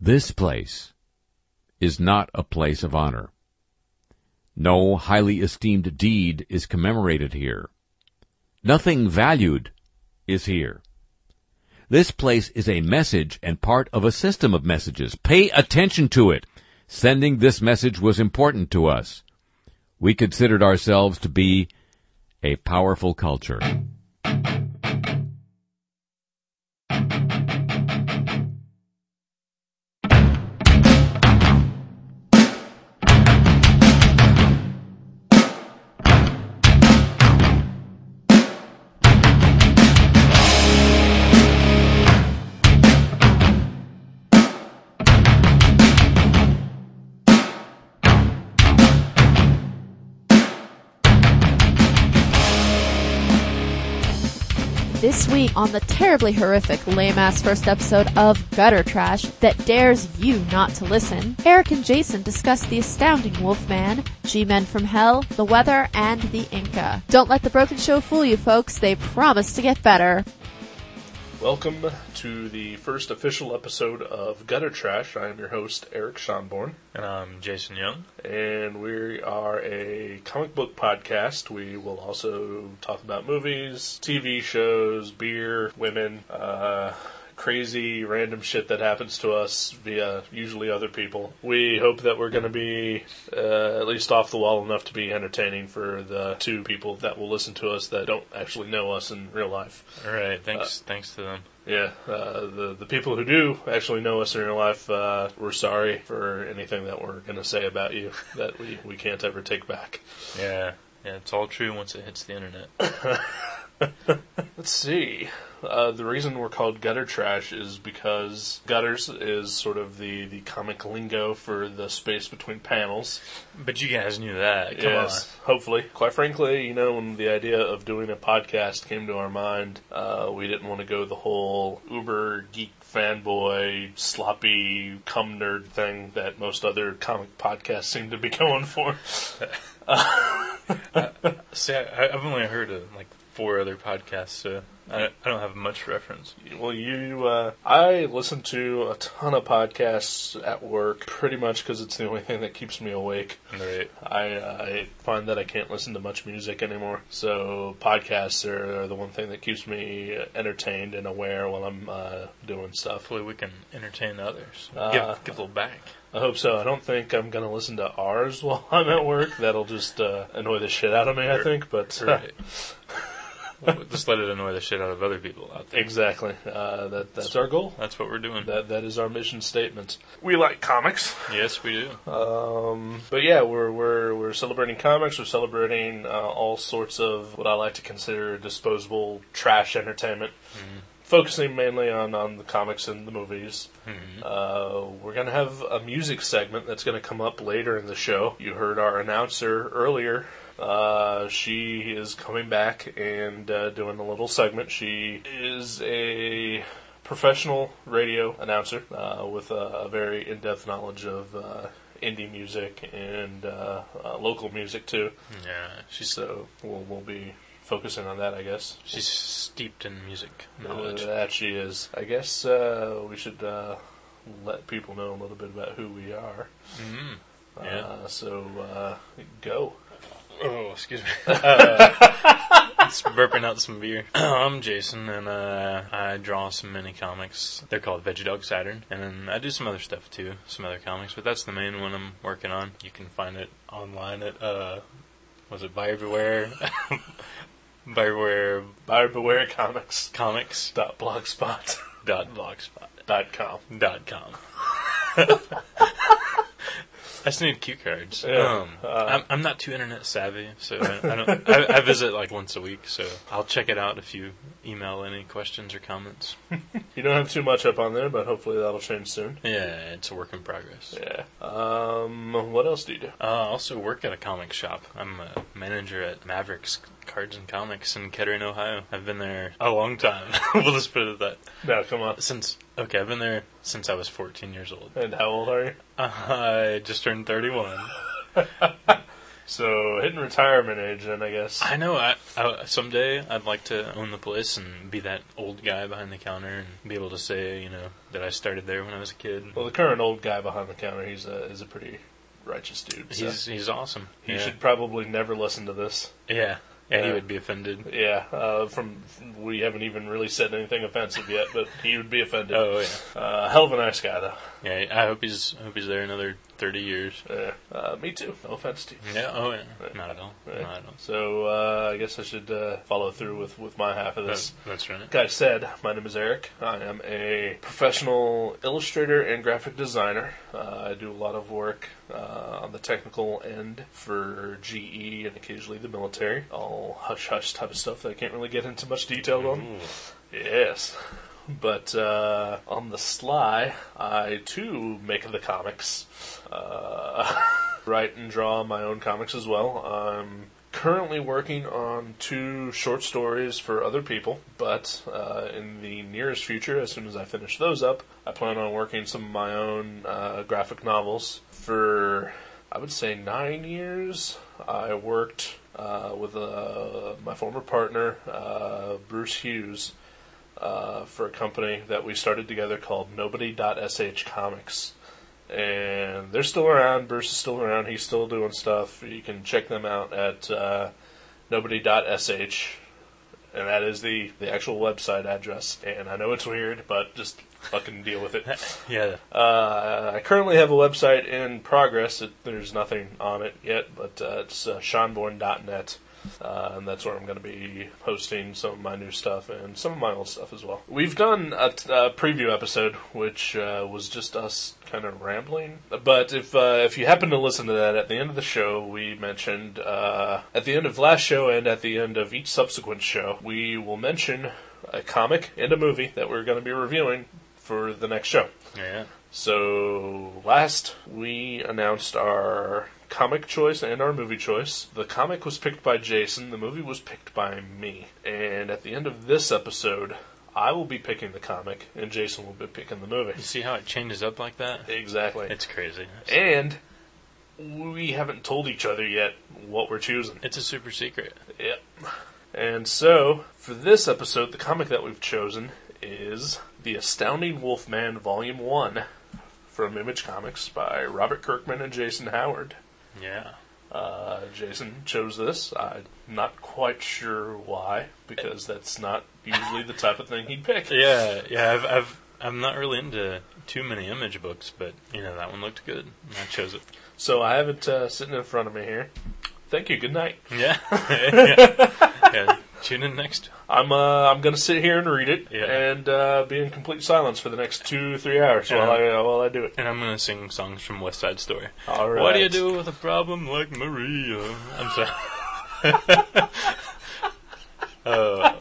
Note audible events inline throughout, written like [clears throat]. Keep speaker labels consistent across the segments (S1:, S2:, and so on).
S1: This place is not a place of honor. No highly esteemed deed is commemorated here. Nothing valued is here. This place is a message and part of a system of messages. Pay attention to it. Sending this message was important to us. We considered ourselves to be a powerful culture.
S2: this week on the terribly horrific lame ass first episode of Gutter Trash that dares you not to listen, Eric and Jason discuss the astounding Wolfman, G Men from Hell, the weather, and the Inca. Don't let the broken show fool you, folks. They promise to get better.
S3: Welcome to the first official episode of Gutter Trash. I am your host, Eric Schonborn,
S4: And I'm Jason Young.
S3: and we are a comic book podcast. We will also talk about movies, TV shows, beer, women, uh, crazy random shit that happens to us via usually other people. We hope that we're going to be uh, at least off the wall enough to be entertaining for the two people that will listen to us that don't actually know us in real life.
S4: All right,
S3: Uh,
S4: thanks, thanks to them.
S3: Yeah, uh, the the people who do actually know us in real life, uh, we're sorry for anything that we're gonna say about you that we, we can't ever take back.
S4: Yeah, yeah, it's all true once it hits the internet.
S3: Let's see. Uh, the reason we're called gutter trash is because gutters is sort of the, the comic lingo for the space between panels.
S4: But you guys knew that. Come
S3: yes, hopefully. Quite frankly, you know, when the idea of doing a podcast came to our mind, uh, we didn't want to go the whole uber geek fanboy, sloppy, cum nerd thing that most other comic podcasts seem to be going for.
S4: on. See, I, I've only heard of like four other podcasts, so I don't, I don't have much reference.
S3: Well, you, uh, I listen to a ton of podcasts at work, pretty much because it's the only thing that keeps me awake.
S4: Right.
S3: I, uh, I find that I can't listen to much music anymore, so podcasts are, are the one thing that keeps me entertained and aware while I'm uh, doing stuff.
S4: Hopefully, we can entertain others.
S3: Uh,
S4: give, give a
S3: [laughs]
S4: little back.
S3: I hope so. I don't think I'm going to listen to ours [laughs] while I'm at work. That'll just uh, annoy the shit out of me, I think. But
S4: Right. Well, Just let it annoy the shit out of other people out
S3: [laughs]
S4: there.
S3: exactly, uh, that that's our goal.
S4: That's what we're doing.
S3: That that is our mission statement. We like comics.
S4: yes, we do.
S3: Um, but yeah, we're we're we're celebrating comics. We're celebrating uh, all sorts of what I like to consider disposable trash entertainment, focusing mainly on on the comics and the movies. Uh, we're gonna have a music segment that's gonna come up later in the show. You heard our announcer earlier. Uh, she is coming back and uh, doing a little segment. She is a professional radio announcer uh, with a, a very in-depth knowledge of uh, indie music and uh, uh, local music too.
S4: Yeah, she's
S3: So we'll, we'll be focusing on that, I guess.
S4: she's steeped in music
S3: Uh,
S4: knowledge.
S3: that she is. I guess uh, we should uh, let people know a little bit about who we are.
S4: Mm.
S3: Uh, so uh, go.
S4: Oh, excuse me. Uh, it's burping out some beer. [clears throat] I'm Jason, and uh, I draw some mini comics. They're called Veggie Dog Saturn, and then I do some other stuff too, some other comics. But that's the main one I'm working on. You can find it online at uh, was it Buy [laughs] Everywhere? Buy Everywhere
S3: Buyer Beware Comics.
S4: Comics
S3: Dot blogspot.
S4: dot blogspot
S3: Dot com.
S4: dot com. I just need cue cards.
S3: Yeah,
S4: um,
S3: uh,
S4: I'm, I'm not too internet savvy, so I, I don't. I, I visit like once a week, so I'll check it out if you email any questions or comments.
S3: You don't have too much up on there, but hopefully that'll change soon.
S4: Yeah, it's a work in progress.
S3: Yeah. Um, what else do you do?
S4: Uh, I also work at a comic shop. I'm a manager at Mavericks Cards and Comics in Kettering, Ohio. I've been there a long time. [laughs] we'll just put it at that.
S3: No, come on.
S4: Since okay, I've been there since I was 14 years old.
S3: And how old are you?
S4: I just turned 31.
S3: So hitting retirement age, then I guess.
S4: I know. I, I someday I'd like to own the place and be that old guy behind the counter and be able to say, you know, that I started there when I was a kid.
S3: Well, the current old guy behind the counter, he's a is a pretty righteous dude. So
S4: He's he's awesome.
S3: he
S4: yeah.
S3: should probably never listen to this.
S4: Yeah. Yeah, he
S3: Yeah.
S4: would be offended.
S3: Yeah, uh, from we haven't even really said anything offensive yet, but he would be offended.
S4: Oh yeah.
S3: Uh, hell of a nice guy, though.
S4: Yeah. I hope he's I hope he's there another thirty years.
S3: Yeah. Uh, me too. No offense to you.
S4: Yeah. Oh yeah.
S3: Right.
S4: Not at all.
S3: Right.
S4: Not at all.
S3: So uh, I guess I should uh, follow through with, with my half of this.
S4: That's, that's right.
S3: Like I said, my name is Eric. I am a professional illustrator and graphic designer. Uh, I do a lot of work uh, on the technical end for GE and occasionally the military. All hush hush type of stuff that I can't really get into much detail on.
S4: Ooh.
S3: Yes. But uh, on the sly, I too make the comics. Uh, [laughs] write and draw my own comics as well. I'm currently working on two short stories for other people, but uh, in the nearest future, as soon as I finish those up, I plan on working some of my own uh, graphic novels. For, I would say, nine years, I worked uh, with uh, my former partner, uh, Bruce Hughes uh, for a company that we started together called Nobody.sh Comics. And they're still around. Bruce is still around. He's still doing stuff. You can check them out at uh, Nobody.sh. And that is the, the actual website address. And I know it's weird, but just fucking deal with it.
S4: Yeah.
S3: Uh, I currently have a website in progress. It, there's nothing on it yet, but uh, it's uh, seanborn.net. Uh, and that's where I'm going to be posting some of my new stuff and some of my old stuff as well. We've done a, t- a preview episode, which uh, was just us kind of rambling. But if uh, if you happen to listen to that at the end of the show, we mentioned uh, at the end of last show and at the end of each subsequent show, we will mention a comic and a movie that we're going to be reviewing for the next show.
S4: Yeah.
S3: So last we announced our comic choice and our movie choice. The comic was picked by Jason, the movie was picked by me. And at the end of this episode, I will be picking the comic and Jason will be picking the movie.
S4: You see how it changes up like that?
S3: Exactly.
S4: It's crazy.
S3: And we haven't told each other yet what we're choosing.
S4: It's a super secret.
S3: Yep. And so, for this episode, the comic that we've chosen is The Astounding Wolfman Volume 1 from Image Comics by Robert Kirkman and Jason Howard.
S4: Yeah.
S3: Uh, Jason chose this. I'm not quite sure why, because that's not usually the type of thing he'd pick.
S4: Yeah, yeah. I've, I've I'm not really into too many image books, but you know that one looked good. and I chose it.
S3: So I have it uh, sitting in front of me here. Thank you. Good night.
S4: Yeah. [laughs] yeah. yeah. Tune in next.
S3: I'm uh, I'm gonna sit here and read it,
S4: Yeah.
S3: and uh, be in complete silence for the next two three hours while I uh, while I do it.
S4: And I'm gonna sing songs from West Side Story.
S3: All right.
S4: What do you do with a problem like Maria? I'm sorry. [laughs] uh,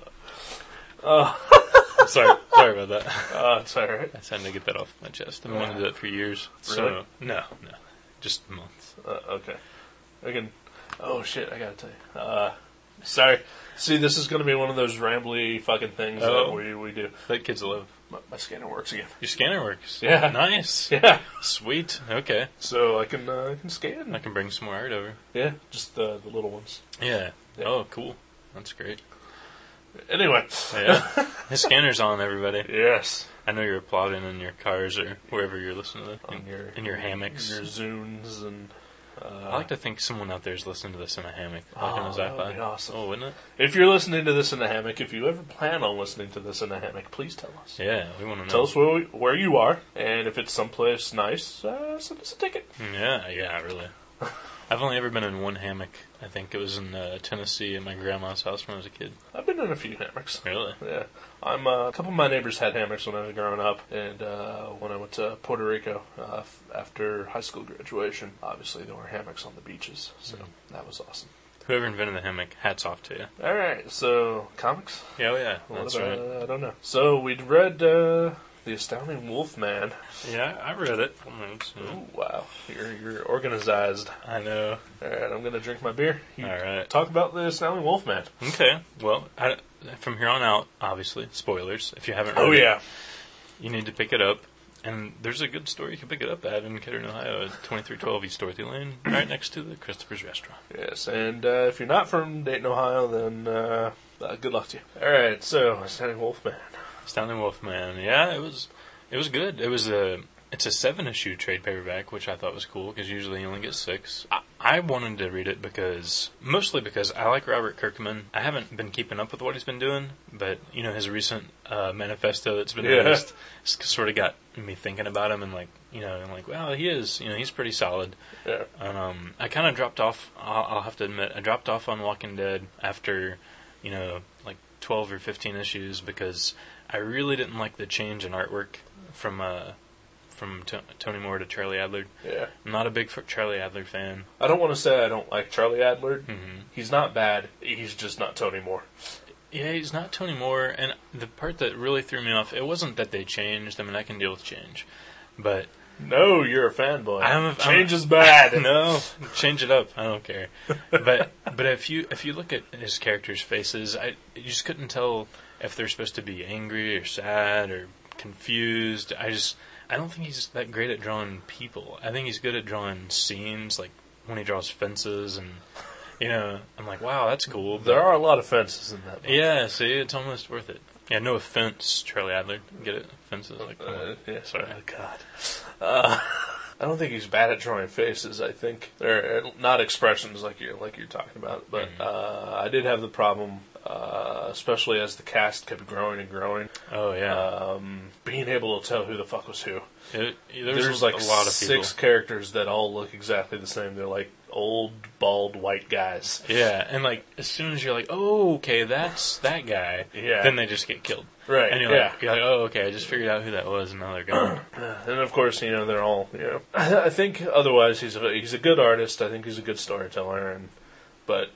S4: sorry, sorry about that.
S3: Oh, it's all right.
S4: I just had to get that off my chest. I've wanted to do that for years. So
S3: Really?
S4: no, no, just months.
S3: Uh, okay. I can. Oh shit! I gotta tell you. Uh, sorry. See, this is gonna be one of those rambly fucking things
S4: Oh.
S3: that we we do.
S4: That kid's love.
S3: My, my scanner works
S4: [laughs]
S3: again.
S4: Your scanner works.
S3: Yeah.
S4: Nice.
S3: Yeah.
S4: Sweet. Okay.
S3: So I can uh, I can scan.
S4: I can bring some more art over.
S3: Yeah, just uh, the the little ones.
S4: Yeah.
S3: Yeah.
S4: Oh, cool. That's [laughs] great.
S3: Anyway.
S4: Yeah. the scanner's on, everybody.
S3: [laughs] Yes.
S4: I know you're applauding in your cars or wherever you're listening to this.
S3: On your
S4: in your hammocks.
S3: your zooms and.
S4: I
S3: Uh,
S4: like to think someone out there is listening to this in a hammock, like on
S3: Oh,
S4: his
S3: that would
S4: iPod.
S3: be awesome.
S4: Oh, wouldn't
S3: if you're listening to this in a hammock, if you ever plan on listening to this in a hammock, please tell us.
S4: it? Yeah, we want to know.
S3: Tell us where we, where you are, and if it's someplace nice, uh, send us a ticket.
S4: Mm, Yeah, yeah, [laughs] really. I've only ever been in one hammock. I think it was in uh, Tennessee at my grandma's house when I was a kid.
S3: I've been in a few hammocks.
S4: Really?
S3: Yeah, I'm uh, a couple of my neighbors had hammocks when I was growing up, and uh, when I went to Puerto Rico uh, f- after high school graduation, obviously there were hammocks on the beaches, so
S4: Mm-hmm.
S3: that was awesome.
S4: Whoever invented the hammock, hats off to you.
S3: All right, so comics.
S4: Yeah, oh, yeah,
S3: What
S4: that's
S3: about-
S4: right.
S3: I don't know. So we'd read uh, the Astounding Wolfman.
S4: Yeah, I read it. Thanks.
S3: Ooh, wow, you're you're organized.
S4: I know.
S3: All right, I'm gonna drink my beer. You
S4: All right.
S3: Talk about the Astounding Wolfman.
S4: Okay. Well, I, from here on out, obviously, spoilers. If you haven't read
S3: Oh
S4: it,
S3: yeah,
S4: you need to pick it up. And there's a good store you can pick it up at in Kettering, Ohio, at 2312 East Dorothy Lane, right next to the Christopher's Restaurant.
S3: Yes, and uh, if you're not from Dayton, Ohio, then uh, uh, good luck to you. All right, so Standing Wolfman.
S4: Astounding Wolfman. Yeah, it was it was good. It was a it's a seven issue trade paperback, which I thought was cool because usually you only get six. I, I wanted to read it because mostly because I like Robert Kirkman. I haven't been keeping up with what he's been doing, but you know his recent uh, manifesto that's been
S3: Yeah.
S4: released sort of got me thinking about him and like you know and like wow he is you know he's pretty solid.
S3: Yeah.
S4: And, um, I kind of dropped off. I'll, I'll have to admit, I dropped off on Walking Dead after, you know, like twelve or fifteen issues because I really didn't like the change in artwork from uh, from to- Tony Moore to Charlie Adler.
S3: Yeah.
S4: I'm not a big f- Charlie Adler fan.
S3: I don't want to say I don't like Charlie Adler.
S4: Mm-hmm.
S3: He's not bad. He's just not Tony Moore.
S4: Yeah, he's not Tony Moore, and the part that really threw me off it wasn't that they changed. I mean, I can deal with change, but
S3: No, you're a fanboy.
S4: I'm a- I'm a-
S3: Change is bad.
S4: [laughs] no, change it up. I don't care. But but if you if you look at his characters' faces, I you just couldn't tell if they're supposed to be angry or sad or confused. I just I don't think he's that great at drawing people. I think he's good at drawing scenes, like when he draws fences and you know. I'm like, wow, that's cool. but-
S3: There are a lot of fences in that. book.
S4: yeah, see, it's almost worth it. Yeah, no offense, Charlie Adler. Get it? Fences like
S3: Uh, yeah, sorry.
S4: Sorry.
S3: Oh, God. Uh, I don't think he's bad at drawing faces. I think they're not expressions like you're like you're talking about. But
S4: Mm-hmm.
S3: uh, I did have the problem, uh, especially as the cast kept growing and growing,
S4: Oh yeah.
S3: um, being able to tell who the fuck was who.
S4: It- there's,
S3: There's, like
S4: a lot of people.
S3: six characters that all look exactly the same. They're like old bald white guys.
S4: Yeah, and like as soon as you're like, oh, okay, that's that guy.
S3: Yeah.
S4: Then they just get killed.
S3: Right.
S4: And you're
S3: yeah.
S4: like, you're like, oh, okay, I just figured out who that was, and now
S3: [clears throat]
S4: they're gone.
S3: And of course, you know they're all. You know, I think otherwise he's a, he's a good artist. I think he's a good storyteller, and but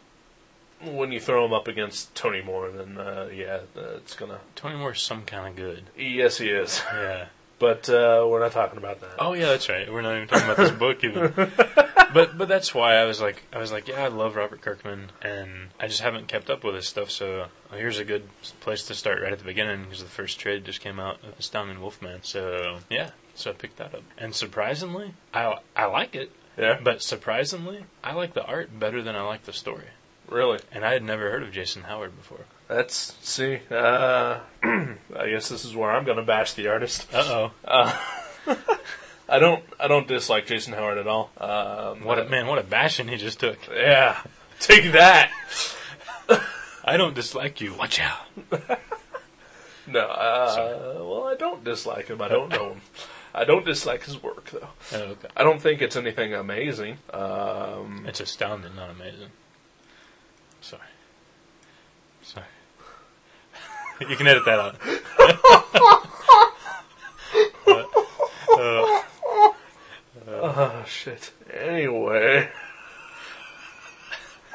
S3: when you throw him up against Tony Moore, then uh, yeah, uh, it's gonna.
S4: Tony Moore's some kind of good.
S3: Yes, he is, [laughs]
S4: Yeah.
S3: but uh, we're not talking about that.
S4: Oh yeah, that's right. We're not even talking about this
S3: [laughs]
S4: book even. but but that's why I was like I was like yeah I love Robert Kirkman and I just haven't kept up with his stuff so uh, here's a good place to start right at the beginning because the first trade just came out of Astounding Wolfman so yeah so I picked that up and surprisingly I I like it
S3: yeah,
S4: [laughs] but surprisingly I like the art better than I like the story
S3: really.
S4: and I had never heard of Jason Howard before
S3: That's see. Uh, [clears throat] I guess this is where I'm gonna bash the artist.
S4: uh oh
S3: I don't. I don't dislike Jason Howard at all. Um,
S4: what a man what a bashing he just took
S3: Yeah, take that.
S4: I don't dislike you watch out
S3: No, uh, well, I don't dislike him. I don't know him. I don't dislike his work, though.
S4: oh, okay
S3: I don't think it's anything amazing. Um,
S4: It's astounding, not amazing. Sorry. Sorry. [laughs] you can edit that out. Uh,
S3: oh shit. Anyway.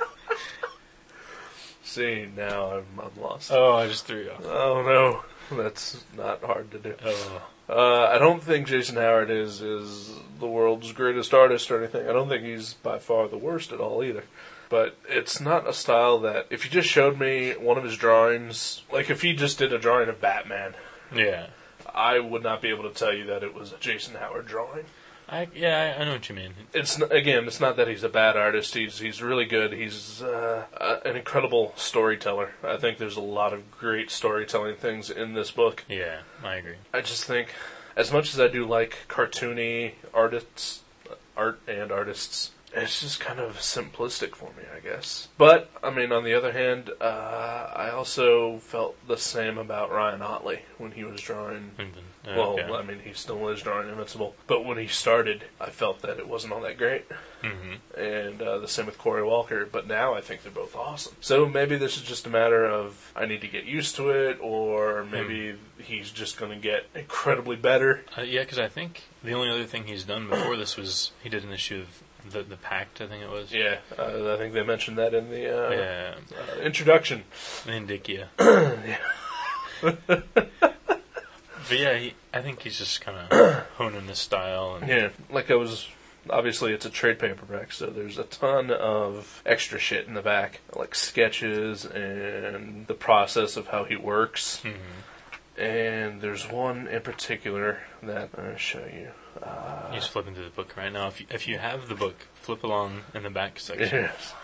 S3: [laughs] See now I'm, I'm lost.
S4: oh, I just threw you off.
S3: oh no, that's not hard to do.
S4: Oh,
S3: Uh, I don't think Jason Howard is is the world's greatest artist or anything. I don't think he's by far the worst at all either. But it's not a style that if you just showed me one of his drawings, like if he just did a drawing of Batman,
S4: yeah.
S3: I would not be able to tell you that it was a Jason Howard drawing.
S4: I yeah, I, I know what you mean.
S3: It's n- again, it's not that he's a bad artist. He's he's really good. He's uh, uh, an incredible storyteller. I think there's a lot of great storytelling things in this book.
S4: Yeah, I agree.
S3: I just think, as much as I do like cartoony artists, art and artists, it's just kind of simplistic for me, I guess. But I mean, on the other hand, uh, I also felt the same about Ryan Otley when he was drawing.
S4: Mm-hmm.
S3: Well, I mean, he still is drawing Invincible, but when he started, I felt that it wasn't all that great,
S4: hmm
S3: and uh, the same with Corey Walker. But now I think they're both awesome. So maybe this is just a matter of I need to get used to it, or maybe he's just going to get incredibly better.
S4: Uh, yeah, because I think the only other thing he's done before this was he did an issue of the the Pact, I think it was.
S3: Yeah, uh, I think they mentioned that in the uh,
S4: Yeah,
S3: uh, introduction. [coughs]
S4: Indicia. but yeah, he, I think he's just kind
S3: [coughs]
S4: of honing his style. And,
S3: Yeah, like I was. Obviously, it's a trade paperback, so there's a ton of extra shit in the back, like sketches and the process of how he works.
S4: Mhm.
S3: and there's one in particular that I'll show you.
S4: You're just flipping through the book right now. If you, if you have the book, flip along in the back section.
S3: Yes.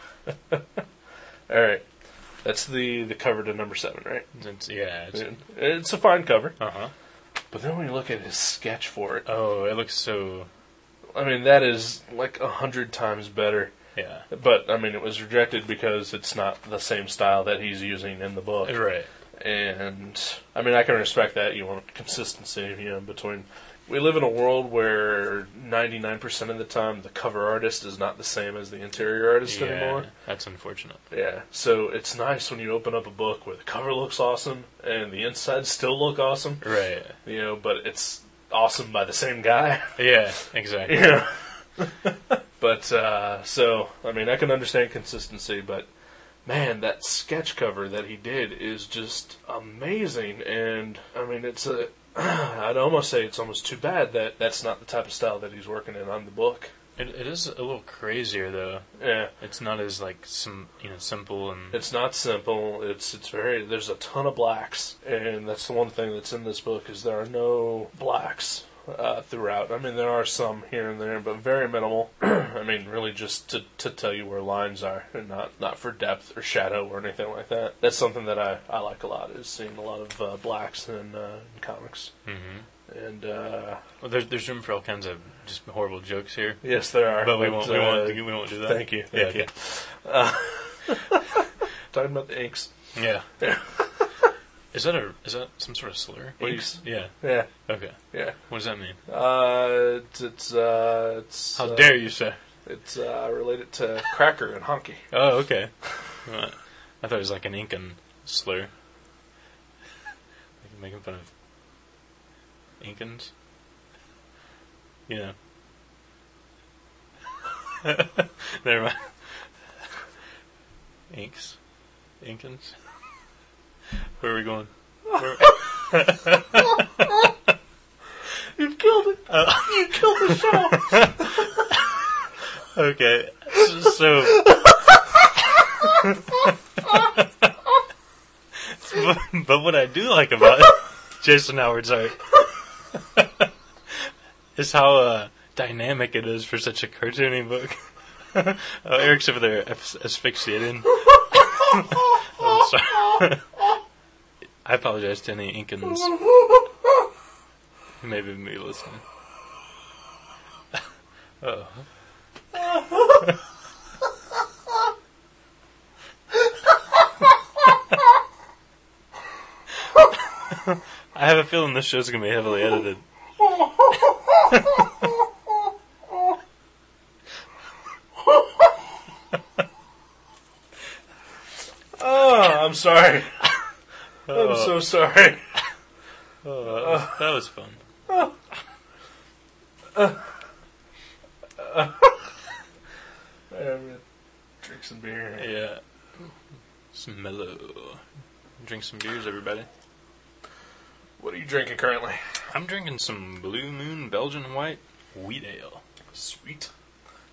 S3: All right. That's the the cover to number seven, right?
S4: It's, yeah. It's,
S3: It's a fine cover,
S4: uh-huh.
S3: but then when you look at his sketch for it,
S4: Oh, it looks so...
S3: I mean that is like a hundred times better.
S4: Yeah.
S3: But I mean, it was rejected because it's not the same style that he's using in the book.
S4: Right.
S3: And I mean, I can respect that. You want consistency, you know, between. We live in a world where 99% of the time the cover artist is not the same as the interior artist anymore.
S4: Yeah, that's unfortunate.
S3: Yeah, so it's nice when you open up a book where the cover looks awesome and the insides still look awesome,
S4: Right.
S3: you know, but it's awesome by the same guy. [laughs]
S4: Yeah, exactly.
S3: Yeah. [laughs] but uh, so I mean, I can understand consistency, but man, that sketch cover that he did is just amazing, and I mean, it's a. [clears throat] I'd almost say it's almost too bad that that's not the type of style that he's working in on the book.
S4: It, it is a little crazier though.
S3: Yeah,
S4: It's not as like some you know simple and
S3: it's not simple. It's it's very there's a ton of blacks, and that's the one thing that's in this book is there are no blacks uh, throughout. I mean, there are some here and there, but very minimal. [clears throat] I mean, really just to, to tell you where lines are, and not not for depth or shadow or anything like that. That's something that I, I like a lot is seeing a lot of uh, blacks in, uh, in comics.
S4: Mhm.
S3: And uh,
S4: Well, there's there's room for all kinds of just horrible jokes here,
S3: yes, there are,
S4: but we won't we
S3: uh,
S4: won't we won't do that.
S3: Thank you, thank
S4: yeah,
S3: you. Talking about the inks,
S4: okay. Yeah.
S3: Yeah.
S4: is that a is that some sort of slur? What do you-
S3: Inks.
S4: Yeah.
S3: yeah,
S4: Okay.
S3: yeah.
S4: What does that mean?
S3: Uh, it's it's uh, it's
S4: How
S3: uh,
S4: dare you, sir?
S3: It's uh, related to cracker and honky.
S4: Oh, okay. Right. I thought it was like an Incan slur. Like making fun of Incans. You know. [laughs] Never mind. Inks, Incans. Where are we going? Where- [laughs]
S3: You killed it.
S4: Uh.
S3: you killed the
S4: [laughs]
S3: show.
S4: okay, so. so- but, but what I do like about [laughs] Jason Howard's art [laughs] is how uh, dynamic it is for such a cartoony book. [laughs] oh, Eric's over there as- asphyxiating. [laughs] I'm sorry. [laughs] I apologize to any Incans who may be listening. Oh. I have a feeling this show's gonna be heavily edited.
S3: [laughs] Oh, I'm [laughs] sorry. I'm so sorry.
S4: Oh, that, was, that was fun.
S3: I'm gonna drink some beer.
S4: Yeah. Some mellow. Drink some beers, everybody.
S3: What are you drinking currently?
S4: I'm drinking some Blue Moon Belgian White Wheat Ale.
S3: Sweet.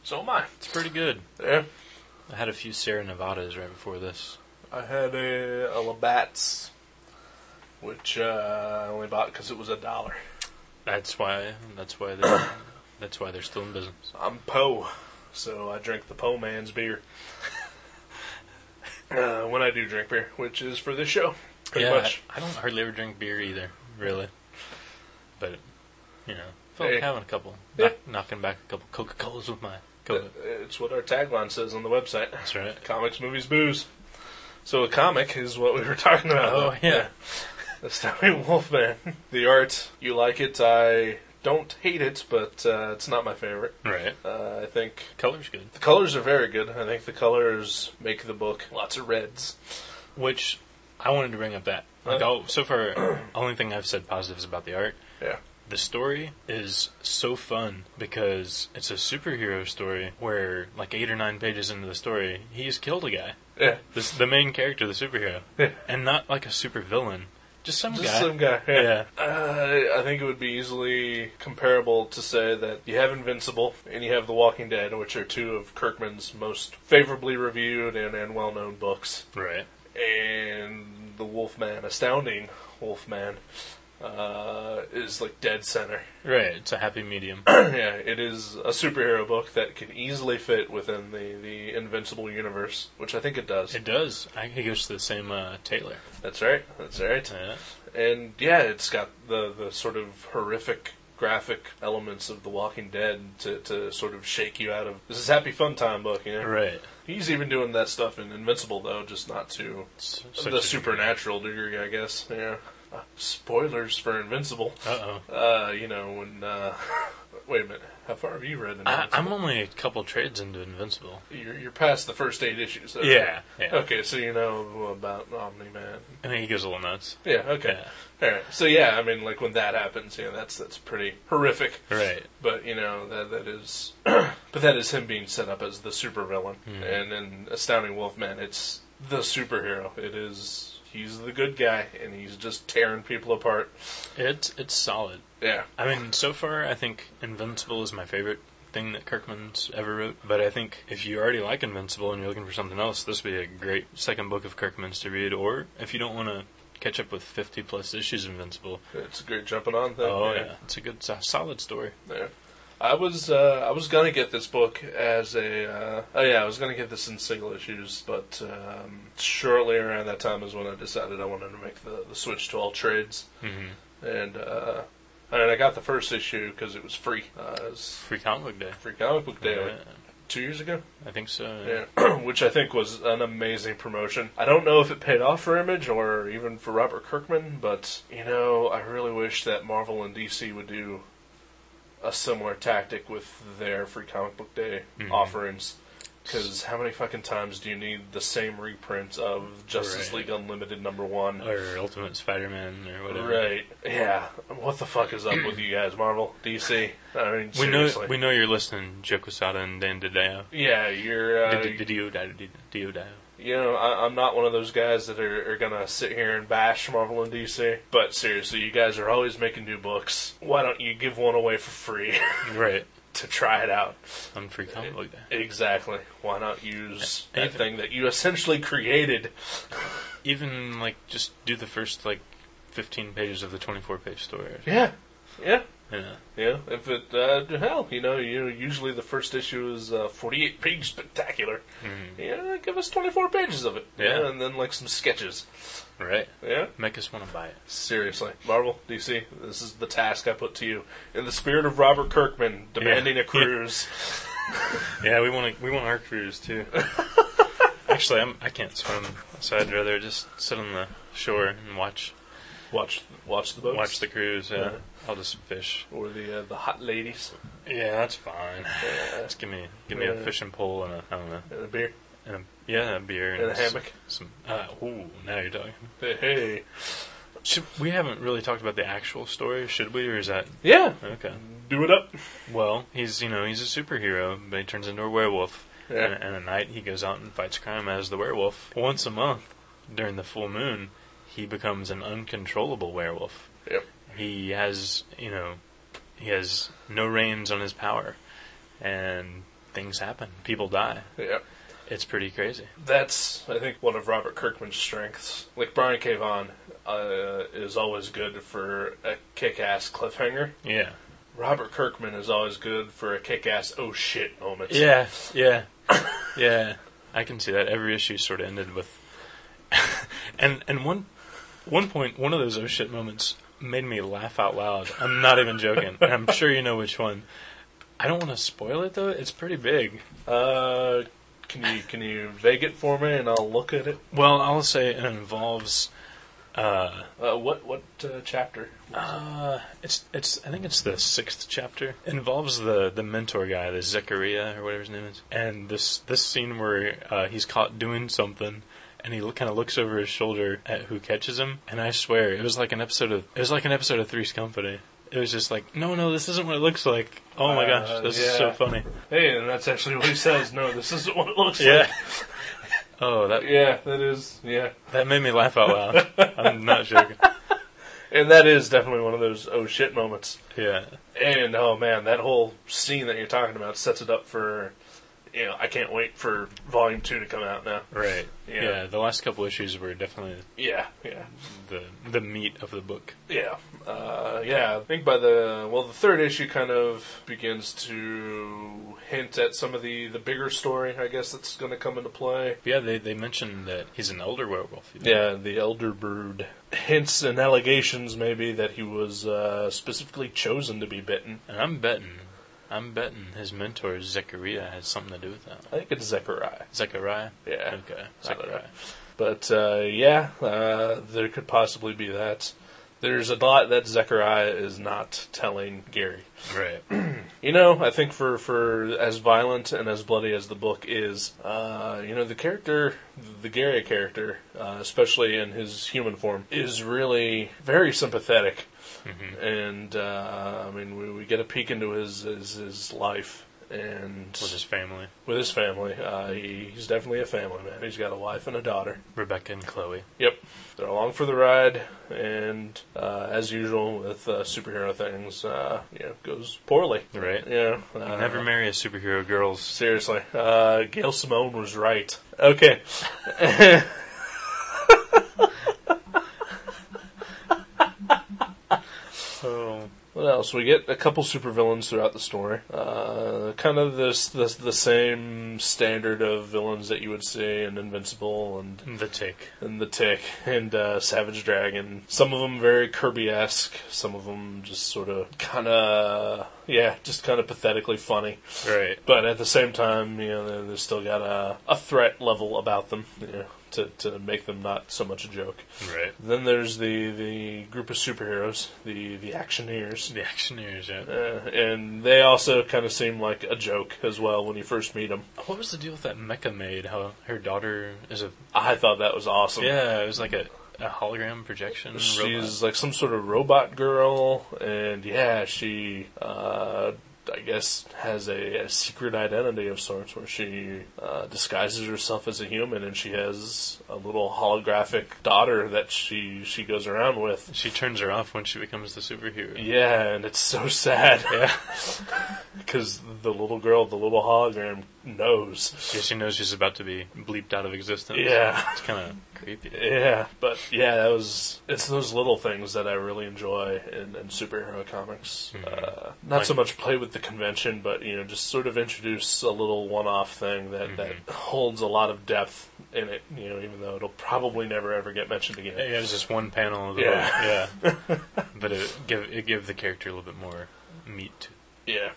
S3: So am I.
S4: It's pretty good.
S3: Yeah.
S4: I had a few Sierra Nevadas right before this.
S3: I had a, a Labatt's, which uh, I only bought because it was a dollar.
S4: That's why. That's why they're. that's why they're still in business.
S3: I'm Poe, so I drink the Poe man's [laughs] beer. Uh, when I do drink beer, which is for this show, pretty
S4: yeah,
S3: much.
S4: I, I don't hardly ever drink beer either, really. But you know, felt
S3: Hey.
S4: like having a couple,
S3: Yeah.
S4: knock, knocking back a couple Coca Colas with my
S3: Th-
S4: Coca.
S3: It's what our tagline says on the website.
S4: That's right.
S3: Comics, movies, booze. So a comic is what we were [laughs] talking about.
S4: Oh yeah.
S3: [laughs] Astounding Wolfman. The art, you like it. I don't hate it, but uh, it's not my favorite.
S4: Right.
S3: Uh, I think
S4: Color's good.
S3: the colors are very good. I think the colors make the book lots of reds.
S4: Which I wanted to bring up that like
S3: Huh?
S4: oh so far [clears throat] only thing I've said positive is about the art.
S3: Yeah.
S4: The story is so fun because it's a superhero story where like eight or nine pages into the story he's killed a guy.
S3: Yeah.
S4: This the main character,
S3: [laughs]
S4: the superhero,
S3: Yeah.
S4: and not like a super villain, just some
S3: Just
S4: guy.
S3: some guy. Yeah.
S4: yeah.
S3: Uh, I think it would be easily comparable to say that you have Invincible and you have The Walking Dead, which are two of Kirkman's most favorably reviewed and, and well known books.
S4: Right.
S3: and the Wolfman, astounding Wolfman, uh, is like dead center. [clears throat]
S4: Right, it's a
S3: [coughs]
S4: happy medium.
S3: yeah, it is a superhero book that can easily fit within the, the Invincible universe, which I think it does.
S4: It does. I think it goes to the same uh, tailor.
S3: That's right. That's right.
S4: Yeah.
S3: And yeah, it's got the, the sort of horrific graphic elements of The Walking Dead to, to sort of shake you out of this is happy fun time book, you know.
S4: Right.
S3: He's even doing that stuff in Invincible though, just not to
S4: It's
S3: the supernatural degree, I guess. Yeah. Uh, spoilers for Invincible.
S4: Uh oh.
S3: Uh, you know, when uh [laughs] wait a minute, how far have you read Invincible?
S4: I'm only a couple trades into Invincible.
S3: You're, you're past the first eight issues. Okay.
S4: Yeah, yeah.
S3: [laughs] Okay, so you know about Omni Man.
S4: I think he goes a little nuts.
S3: Yeah. Okay. All right. So yeah, I mean, like when that happens, you know, that's that's pretty horrific.
S4: Right.
S3: But you know that that is, [clears throat] but that is him being set up as the supervillain,
S4: Hmm.
S3: and in Astounding Wolfman, it's the superhero. It is he's the good guy, and he's just tearing people apart.
S4: It's it's solid.
S3: Yeah.
S4: I mean, so far, I think Invincible is my favorite thing that Kirkman's ever wrote. But I think if you already like Invincible and you're looking for something else, this would be a great second book of Kirkman's to read. Or if you don't want to catch up with 50 plus issues of Invincible,
S3: It's a great jumping on thing.
S4: oh yeah, it's a good, it's a solid story.
S3: Yeah. I was uh, I was gonna get this book as a uh, oh yeah I was gonna get this in single issues but um, shortly around that time is when I decided I wanted to make the, the switch to all trades
S4: Mm-hmm.
S3: and uh, and I got the first issue because it was free uh, it was
S4: Free Comic Book Day.
S3: free comic book day like,
S4: Yeah,
S3: two years ago
S4: I think so.
S3: yeah [clears throat] which I think was an amazing promotion I don't know if it paid off for Image or even for Robert Kirkman but you know I really wish that Marvel and DC would do a similar tactic with their free comic book day
S4: Mhm.
S3: offerings. Because how many fucking times do you need the same reprints of Justice
S4: Right.
S3: League Unlimited number one?
S4: Or Ultimate Spider-Man or whatever.
S3: Right. Yeah. What the fuck is up with you guys, Marvel, DC? I mean,
S4: We know,
S3: seriously.
S4: we know you're listening, Joe Quesada and Dan Didio.
S3: yeah, you're. Uh,
S4: Didio.
S3: you know, I, I'm not one of those guys that are, are gonna sit here and bash Marvel and DC. But seriously, you guys are always making new books. Why don't you give one away for free [laughs]
S4: Right.
S3: to try it out?
S4: On Free Comic Book Day.
S3: Exactly. Why not use
S4: Yeah.
S3: that thing that you essentially created?
S4: even like just do the first like 15 pages of the 24 page story.
S3: Yeah. Yeah.
S4: Yeah.
S3: Yeah. If it uh, hell, you know, you usually the first issue is uh, forty-eight page spectacular.
S4: Mm-hmm.
S3: Yeah, give us twenty-four pages of it.
S4: Yeah.
S3: and then like some sketches.
S4: Right.
S3: Yeah.
S4: Make us want to buy it.
S3: Seriously, Marvel, DC, this is the task I put to you in the spirit of Robert Kirkman demanding
S4: Yeah.
S3: a cruise.
S4: Yeah, we want to. We want our cruise too. [laughs] Actually, I'm, I can't swim, so I'd rather just sit on the shore and watch
S3: Watch, watch the boats.
S4: watch the cruise. Yeah.
S3: Yeah.
S4: I'll just fish.
S3: or the uh, the hot ladies
S4: Yeah, that's fine.
S3: Yeah.
S4: Just give me give me a
S3: Yeah.
S4: fishing pole and a I don't know
S3: and the beer
S4: and a, yeah a beer and,
S3: and a
S4: s-
S3: hammock.
S4: Some uh, ooh now you're talking.
S3: Hey,
S4: Should, we haven't really talked about the actual story, should we? Or is that
S3: yeah,
S4: okay?
S3: do it up.
S4: Well, he's you know he's a superhero, but he turns into a werewolf.
S3: Yeah.
S4: And, and at night he goes out and fights crime as the werewolf. Once a month, during the full moon, he becomes an uncontrollable werewolf.
S3: Yep.
S4: He has you know he has no reins on his power, and things happen. People die.
S3: Yeah.
S4: It's pretty crazy.
S3: That's, I think, one of Robert Kirkman's strengths. Like, Brian K. Vaughan uh, is always good for a kick ass cliffhanger.
S4: Yeah.
S3: Robert Kirkman is always good for a kick ass oh shit moment.
S4: Yeah. Yeah. yeah. I can see that every issue sort of ended with, [laughs] and and one one point, one of those oh shit moments made me laugh out loud. I'm not even joking. And I'm sure you know which one. I don't want to spoil it though. It's pretty big.
S3: Uh, can you can you vague it for me and I'll look at it?
S4: Well, I'll say it involves. Uh,
S3: Uh, what what uh, chapter?
S4: uh, it's it's I think it's the sixth chapter. It involves the the mentor guy, the Zechariah or whatever his name is, and this this scene where uh, he's caught doing something. And he kind of looks over his shoulder at who catches him, and I swear it was like an episode of it was like an episode of Three's Company. It was just like, no, no, this isn't what it looks like. Oh my
S3: Uh,
S4: gosh, this is so
S3: yeah. [laughs]
S4: funny.
S3: Hey, and that's actually what he says. No, this isn't what it looks
S4: Yeah. oh, that
S3: like. Yeah, that is. Yeah.
S4: that made me laugh out loud. I'm not joking.
S3: And that is definitely one of those oh shit moments.
S4: Yeah.
S3: And oh man, that whole scene that you're talking about sets it up for you know, I can't wait for volume two to come out now.
S4: Right.
S3: Yeah.
S4: Yeah. The last couple issues were definitely
S3: Yeah, yeah,
S4: the the meat of the book.
S3: yeah, uh, yeah. I think by the well, the third issue kind of begins to hint at some of the the bigger story, I guess, that's going to come into play.
S4: Yeah, they they mentioned that he's an elder werewolf.
S3: Yeah, the Elder Brood hints and allegations maybe that he was uh, specifically chosen to be bitten.
S4: And I'm betting, I'm betting his mentor Zechariah had something to do with that.
S3: I think it's Zechariah.
S4: Zechariah.
S3: Yeah.
S4: Okay.
S3: Something like
S4: Zechariah.
S3: But uh, yeah, uh, there could possibly be that. There's a lot that Zechariah is not telling Gary.
S4: Right.
S3: You know, I think for, for as violent and as bloody as the book is, uh, you know, the character, the Gary character, uh, especially in his human form, is really very sympathetic.
S4: Mm-hmm.
S3: And uh, I mean, we, we get a peek into his his, his life and
S4: With his family,
S3: with his family. Uh, he, he's definitely a family man. He's got a wife and a daughter.
S4: Rebecca and Chloe.
S3: Yep, they're along for the ride, and uh, as usual with uh, superhero things, uh, you know, goes poorly.
S4: Right.
S3: Yeah, uh,
S4: Never marry a superhero girl's.
S3: Seriously, uh, Gail Simone was right. Okay,
S4: Oh.
S3: what else? We get a couple supervillains throughout the story. Uh, kind of this, this the same standard of villains that you would see in Invincible and
S4: The Tick.
S3: and the Tick and uh, Savage Dragon. Some of them very Kirby-esque. Some of them just sort of kind of yeah, just kind of pathetically funny.
S4: Right.
S3: But at the same time, you know, they- they've still got a, a threat level about them. You know, to to make them not so much a joke.
S4: Right.
S3: Then there's the the group of superheroes, the the Actioneers.
S4: The Actioneers. Yeah.
S3: Uh, and they also kind of seem like a joke as well when you first meet them.
S4: What was the deal with that mecha maid? How her daughter is a
S3: I thought that was awesome.
S4: yeah, it was like a, a hologram projection.
S3: She's
S4: robot.
S3: like some sort of robot girl, and yeah, she, uh, I guess, has a, a secret identity of sorts where she uh, disguises herself as a human, and she has a little holographic daughter that she she goes around with.
S4: She turns her off when she becomes the superhero.
S3: Yeah, and it's so [laughs] sad. Yeah, because the little girl, the little hologram, knows.
S4: Yeah, she knows she's about to be bleeped out of existence.
S3: Yeah.
S4: It's kind of creepy.
S3: [laughs] Yeah, but yeah, that was it's those little things that I really enjoy in, in superhero comics. Uh, not so much play with the convention, but you know, just sort of introduce a little one-off thing that that holds a lot of depth in it. You know, even though it'll probably never ever get mentioned again.
S4: Yeah, it was just one panel. Of the
S3: Yeah.
S4: whole- yeah.
S3: [laughs]
S4: but it give it give the character a little bit more meat,
S3: Yeah.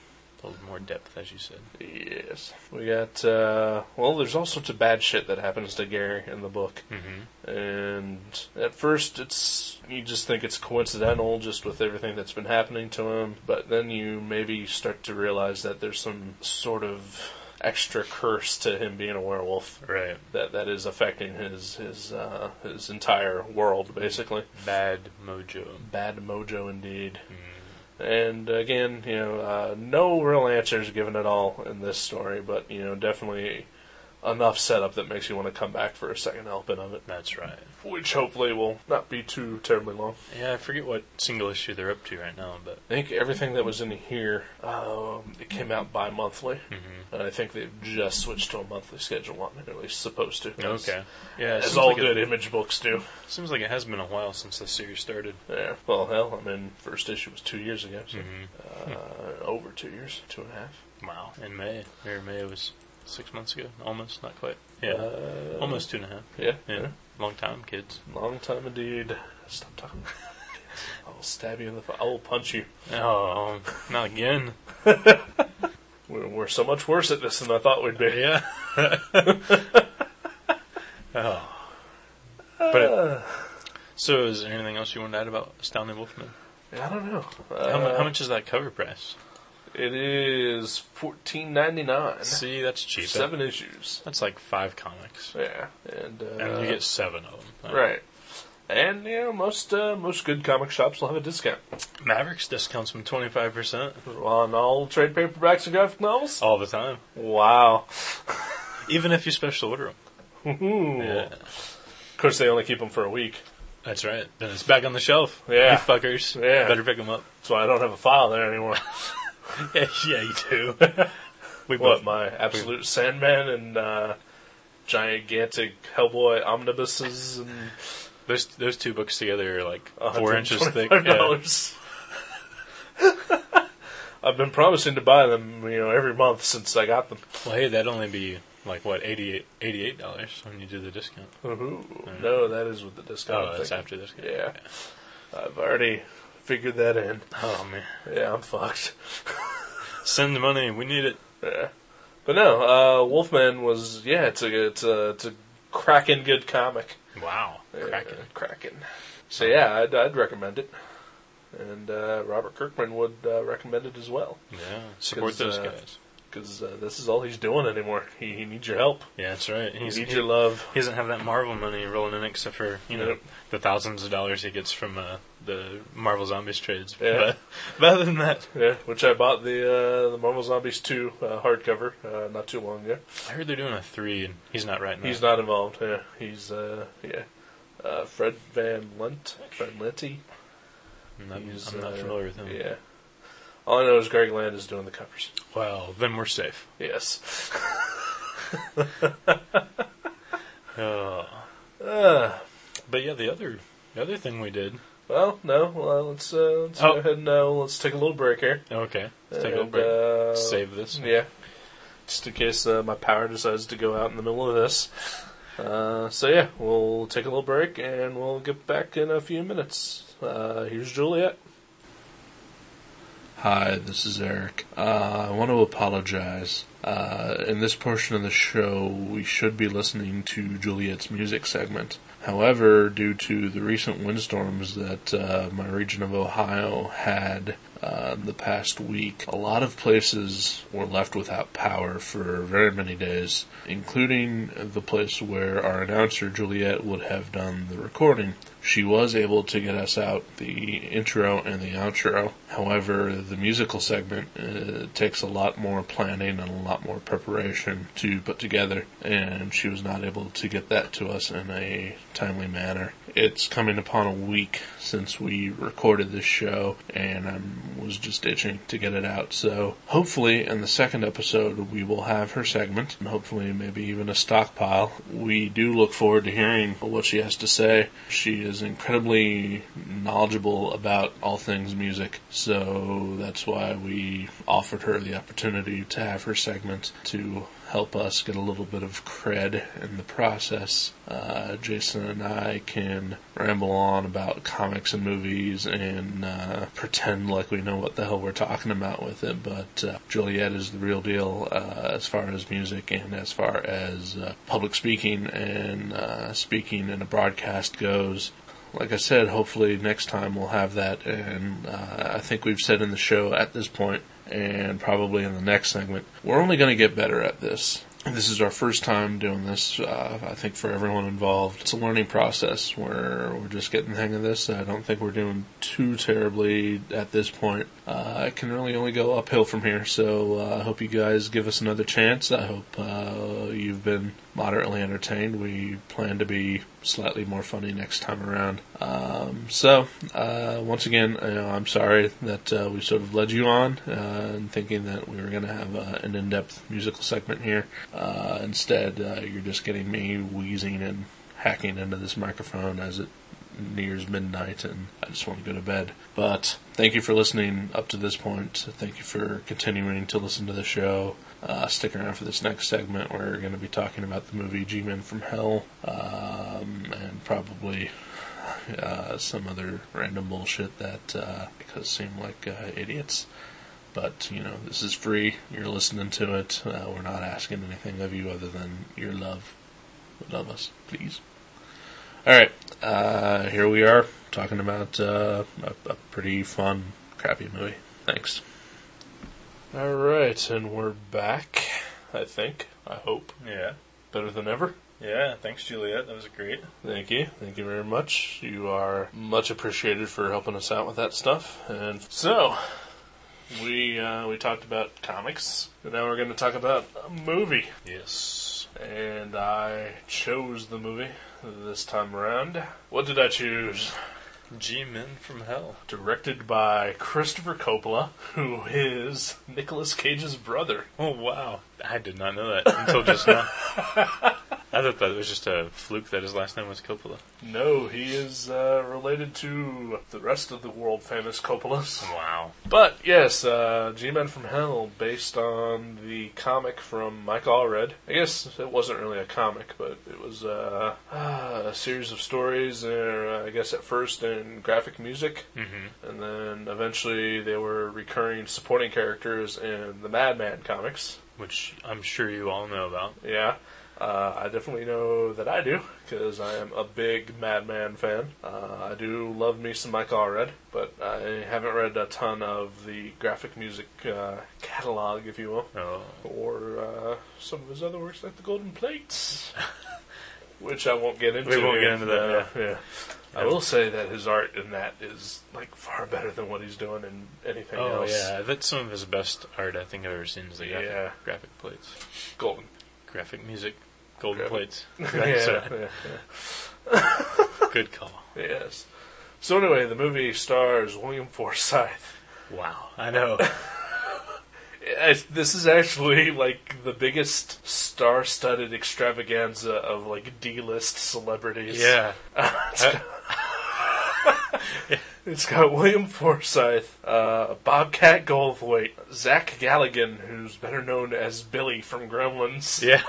S4: a little more depth, as you said.
S3: Yes. We got uh well there's all sorts of bad shit that happens to Gary in the book.
S4: Mm-hmm.
S3: and at first it's you just think it's coincidental just with everything that's been happening to him but then you maybe start to realize that there's some sort of extra curse to him being a werewolf
S4: Right.
S3: that that is affecting his his uh, his entire world basically
S4: Bad mojo.
S3: bad mojo indeed Mm-hmm. and again you know uh, no real answers given at all in this story but you know definitely enough setup that makes you want to come back for a second helping of it
S4: That's right.
S3: which hopefully will not be too terribly long.
S4: Yeah, I forget what single issue they're up to right now, but
S3: I think everything that was in here, um, it came out bi-monthly, and I think they've just switched to a monthly schedule on it, or at least supposed to.
S4: okay. Yeah, it
S3: As
S4: seems
S3: all
S4: like
S3: good
S4: It,
S3: image books do.
S4: seems like it has been a while since the series started.
S3: Yeah. Well, hell, I mean, first issue was two years ago, so
S4: Mm-hmm.
S3: uh, over two years, two and a half.
S4: Wow. In May, or May was six months ago, almost, not quite. Yeah,
S3: Uh,
S4: almost two and a half.
S3: Yeah.
S4: Yeah, long time, kids.
S3: Long time indeed. Stop talking. [laughs] I will stab you in the. F- I will punch you.
S4: Oh, not again.
S3: We're, we're so much worse at this than I thought we'd be.
S4: Yeah. oh. But it- so, is there anything else you want to add about Astounding Wolfman?
S3: I don't know.
S4: How, mu-
S3: Uh,
S4: how much is that cover price?
S3: It is fourteen ninety nine.
S4: See, that's cheap.
S3: Seven issues.
S4: That's like five comics,
S3: Yeah, and, uh,
S4: and you get seven of them.
S3: right. And you know, most uh, most good comic shops will have a discount
S4: Mavericks discounts from twenty five percent
S3: on all trade paperbacks and graphic novels.
S4: all the time,
S3: Wow. [laughs]
S4: even if you special order them.
S3: Ooh.
S4: Yeah,
S3: Of course, they only keep them for a week.
S4: that's right. Then it's back on the shelf.
S3: Yeah.
S4: you fuckers.
S3: Yeah.
S4: better pick them up. [laughs]
S3: [laughs] That's why I don't have a file there anymore.
S4: yeah, you do. We
S3: What
S4: both
S3: my absolute Sandman and uh, gigantic Hellboy omnibuses and
S4: those those two books together are like
S3: a
S4: four
S3: hundred and
S4: inches thick.
S3: twenty-five
S4: Yeah.
S3: dollars. [laughs] I've been promising to buy them, you know, every month since I got them.
S4: Well, hey, that'd only be like what 88 dollars when you do the discount.
S3: Ooh, [laughs] no, that is with the discount.
S4: Mm-hmm. Oh,
S3: I'm
S4: that's
S3: thinking.
S4: after discount.
S3: Yeah. I've already figured that in.
S4: Oh man,
S3: Yeah, I'm fucked.
S4: send the money. We need it.
S3: Yeah. But no, uh, Wolfman was yeah, it's a it's a it's a cracking good comic.
S4: Wow,
S3: Yeah,
S4: cracking.
S3: cracking. So yeah, I'd, I'd recommend it, and uh, Robert Kirkman would uh, recommend it as well
S4: Yeah, support
S3: 'Cause,
S4: those
S3: uh,
S4: guys.
S3: because uh, this is all he's doing anymore. He, he needs your help.
S4: Yeah, that's right.
S3: He
S4: He's,
S3: needs
S4: he,
S3: your love.
S4: he doesn't have that Marvel money rolling in except for you know
S3: Yep.
S4: the thousands of dollars he gets from uh, the Marvel Zombies trades.
S3: Yeah.
S4: But, but other than that,
S3: Yeah, which I bought the uh, the Marvel Zombies two uh, hardcover uh, not too long ago.
S4: I heard they're doing a three, and he's not right now.
S3: He's not involved. Yeah, he's uh, yeah. Uh, Fred Van Lent, Fred Lenty.
S4: I'm not,
S3: He's,
S4: I'm not
S3: uh,
S4: familiar with him.
S3: Yeah. All I know is Greg Land is doing the covers.
S4: Well, then we're safe.
S3: Yes. [laughs]
S4: Uh,
S3: Uh,
S4: but yeah, the other the other thing we did.
S3: well, no. Well, let's uh, let's
S4: Oh.
S3: go ahead and uh, let's take a little break here.
S4: Okay, let's take a little
S3: And,
S4: break.
S3: Uh,
S4: Save this.
S3: Yeah. Just in case uh, my power decides to go out in the middle of this. Uh, so yeah, we'll take a little break and we'll get back in a few minutes. Uh, here's Juliet. Hi, this is Eric. Uh, I want to apologize. Uh, in this portion of the show, we should be listening to Juliet's music segment. However, due to the recent windstorms that uh, my region of Ohio had uh, the past week, a lot of places were left without power for very many days, including the place where our announcer Juliet would have done the recording. She was able to get us out the intro and the outro. However, the musical segment uh, takes a lot more planning and a lot more preparation to put together, and she was not able to get that to us in a timely manner. It's coming upon a week since we recorded this show, and I was just itching to get it out. So, hopefully, in the second episode, we will have her segment, and hopefully, maybe even a stockpile. We do look forward to hearing what she has to say. She is incredibly knowledgeable about all things music, so that's why we offered her the opportunity to have her segment to help us get a little bit of cred in the process. Uh, Jason and I can ramble on about comics and movies and uh, pretend like we know what the hell we're talking about with it, but uh, Juliet is the real deal uh, as far as music and as far as uh, public speaking and uh, speaking in a broadcast goes like I said, hopefully next time we'll have that. And uh, I think we've said in the show at this point, and probably in the next segment, we're only going to get better at this. This is our first time doing this. Uh, I think for everyone involved, it's a learning process. We're we're just getting the hang of this. I don't think we're doing too terribly at this point. Uh, it can really only go uphill from here. So uh, I hope you guys give us another chance. I hope uh, you've been moderately entertained. We plan to be slightly more funny next time around. Um, so, uh, once again, you know, I'm sorry that uh, we sort of led you on uh, in thinking that we were going to have uh, an in depth musical segment here. Uh, instead, uh, you're just getting me wheezing and hacking into this microphone as it nears midnight and I just want to go to bed. But thank you for listening up to this point. Thank you for continuing to listen to the show. Uh, stick around for this next segment. We're going to be talking about the movie G Men from Hell um, and probably uh, some other random bullshit that uh, make us seem like uh, idiots. But, you know, this is free. You're listening to it. Uh, we're not asking anything of you other than your love. Love us, please. All right, uh, here we are talking about uh, a, a pretty fun, crappy movie. Thanks. All right, and we're back. I think. I hope
S4: Yeah.
S3: better than ever.
S4: Yeah. Thanks, Juliet. That was great.
S3: Thank you. Thank you very much. You are much appreciated for helping us out with that stuff. And so, we uh, we talked about comics, and now we're going to talk about a movie.
S4: Yes.
S3: And I chose the movie this time around. What did I choose?
S4: G Men from Hell.
S3: directed by Christopher Coppola, who is Nicolas Cage's brother.
S4: Oh wow, I did not know that until just [laughs] now. I thought that was just a fluke that his last name was Coppola.
S3: No, he is uh, related to the rest of the world famous Coppolas.
S4: Wow.
S3: But yes, uh, G Men from Hell, based on the comic from Mike Allred. I guess it wasn't really a comic, but it was uh, uh, a series of stories, uh, I guess at first in graphic music,
S4: Mm-hmm.
S3: and then eventually they were recurring supporting characters in the Madman comics.
S4: Which I'm sure you all know about.
S3: Yeah. Uh, I definitely know that I do, because I am a big Madman fan. Uh, I do love me some Mike Allred, but I haven't read a ton of the graphic music uh, catalog, if you will,
S4: Oh,
S3: or uh, some of his other works like the Golden
S4: [laughs]
S3: Plates, which I won't get into.
S4: We won't get into that,
S3: Uh, yeah. I will say that his art in that is like far better than what he's doing in anything
S4: oh
S3: else.
S4: yeah, that's some of his best art I think I've ever seen is the graphic,
S3: Yeah.
S4: graphic plates,
S3: Golden.
S4: graphic music, golden [laughs]
S3: Graphic-
S4: plates.
S3: yeah,
S4: That's a
S3: yeah, yeah.
S4: [laughs] good call.
S3: Yes. So anyway, the movie stars William Forsythe.
S4: Wow, I know.
S3: It's- This is actually like the biggest star-studded extravaganza of like D-list celebrities.
S4: [laughs] yeah, Uh, [laughs]
S3: It's got William Forsythe, uh, Bobcat Goldthwait, Zach Galligan, who's better known as Billy from Gremlins,
S4: yeah.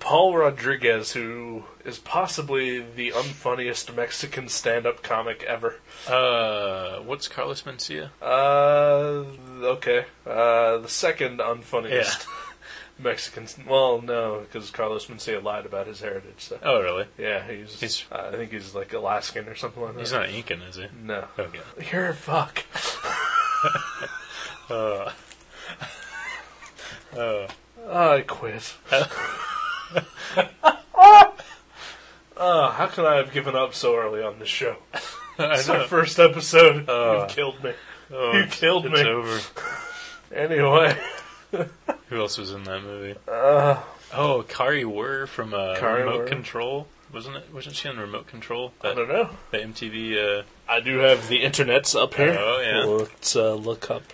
S3: Paul Rodriguez, who is possibly the unfunniest Mexican stand-up comic ever.
S4: Uh, what's Carlos Mencia?
S3: Uh, okay. Uh, the second unfunniest [laughs] Mexican. Well, no, because Carlos Mencia lied about his heritage. So
S4: Oh, really?
S3: yeah, he's.
S4: He's-
S3: uh, I think he's like Alaskan or something like that.
S4: He's not Incan, is he?
S3: No,
S4: Okay. [laughs]
S3: you're a fuck.
S4: Uh,
S3: I
S4: [laughs]
S3: quit. Uh, how can I have given up so early on this show?
S4: [laughs] I
S3: It's our
S4: know.
S3: first episode.
S4: Uh,
S3: you killed me.
S4: Oh,
S3: you
S4: it's-
S3: killed
S4: it's
S3: me.
S4: over.
S3: Anyway,
S4: Who else was in that movie?
S3: uh,
S4: Oh, Kari Wur from uh,
S3: Kari
S4: Remote
S3: Weir.
S4: Control, wasn't it? Wasn't she on Remote Control?
S3: I
S4: That,
S3: don't know.
S4: the MTV, uh,
S3: I do have the internets up here.
S4: Oh, yeah.
S3: Let's uh, look up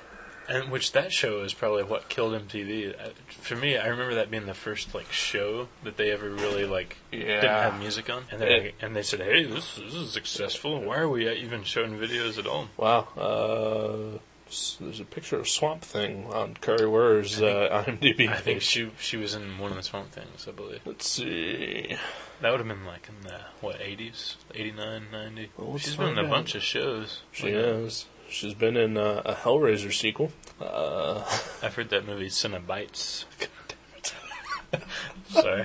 S4: and which that show is probably what killed MTV. I, Uh, for me, I remember that being the first like show that they ever really like
S3: Yeah.
S4: didn't have music on, and,
S3: Yeah.
S4: they and they said, "Hey, this, this is successful. Why are we even showing videos
S3: [laughs]
S4: at all?"
S3: Wow. Uh, s- there's a picture of Swamp Thing on Curry Ware's uh, IMDb.
S4: I think
S3: page.
S4: she she was in one of the Swamp Things, I believe.
S3: Let's see.
S4: That would have been like in the what eighties, 89, 90.
S3: Well, let's
S4: She's been in
S3: find
S4: a
S3: out.
S4: bunch of shows.
S3: She is. She's been in uh, a Hellraiser sequel. Uh,
S4: I've heard that movie Cinnabites. [laughs] Sorry.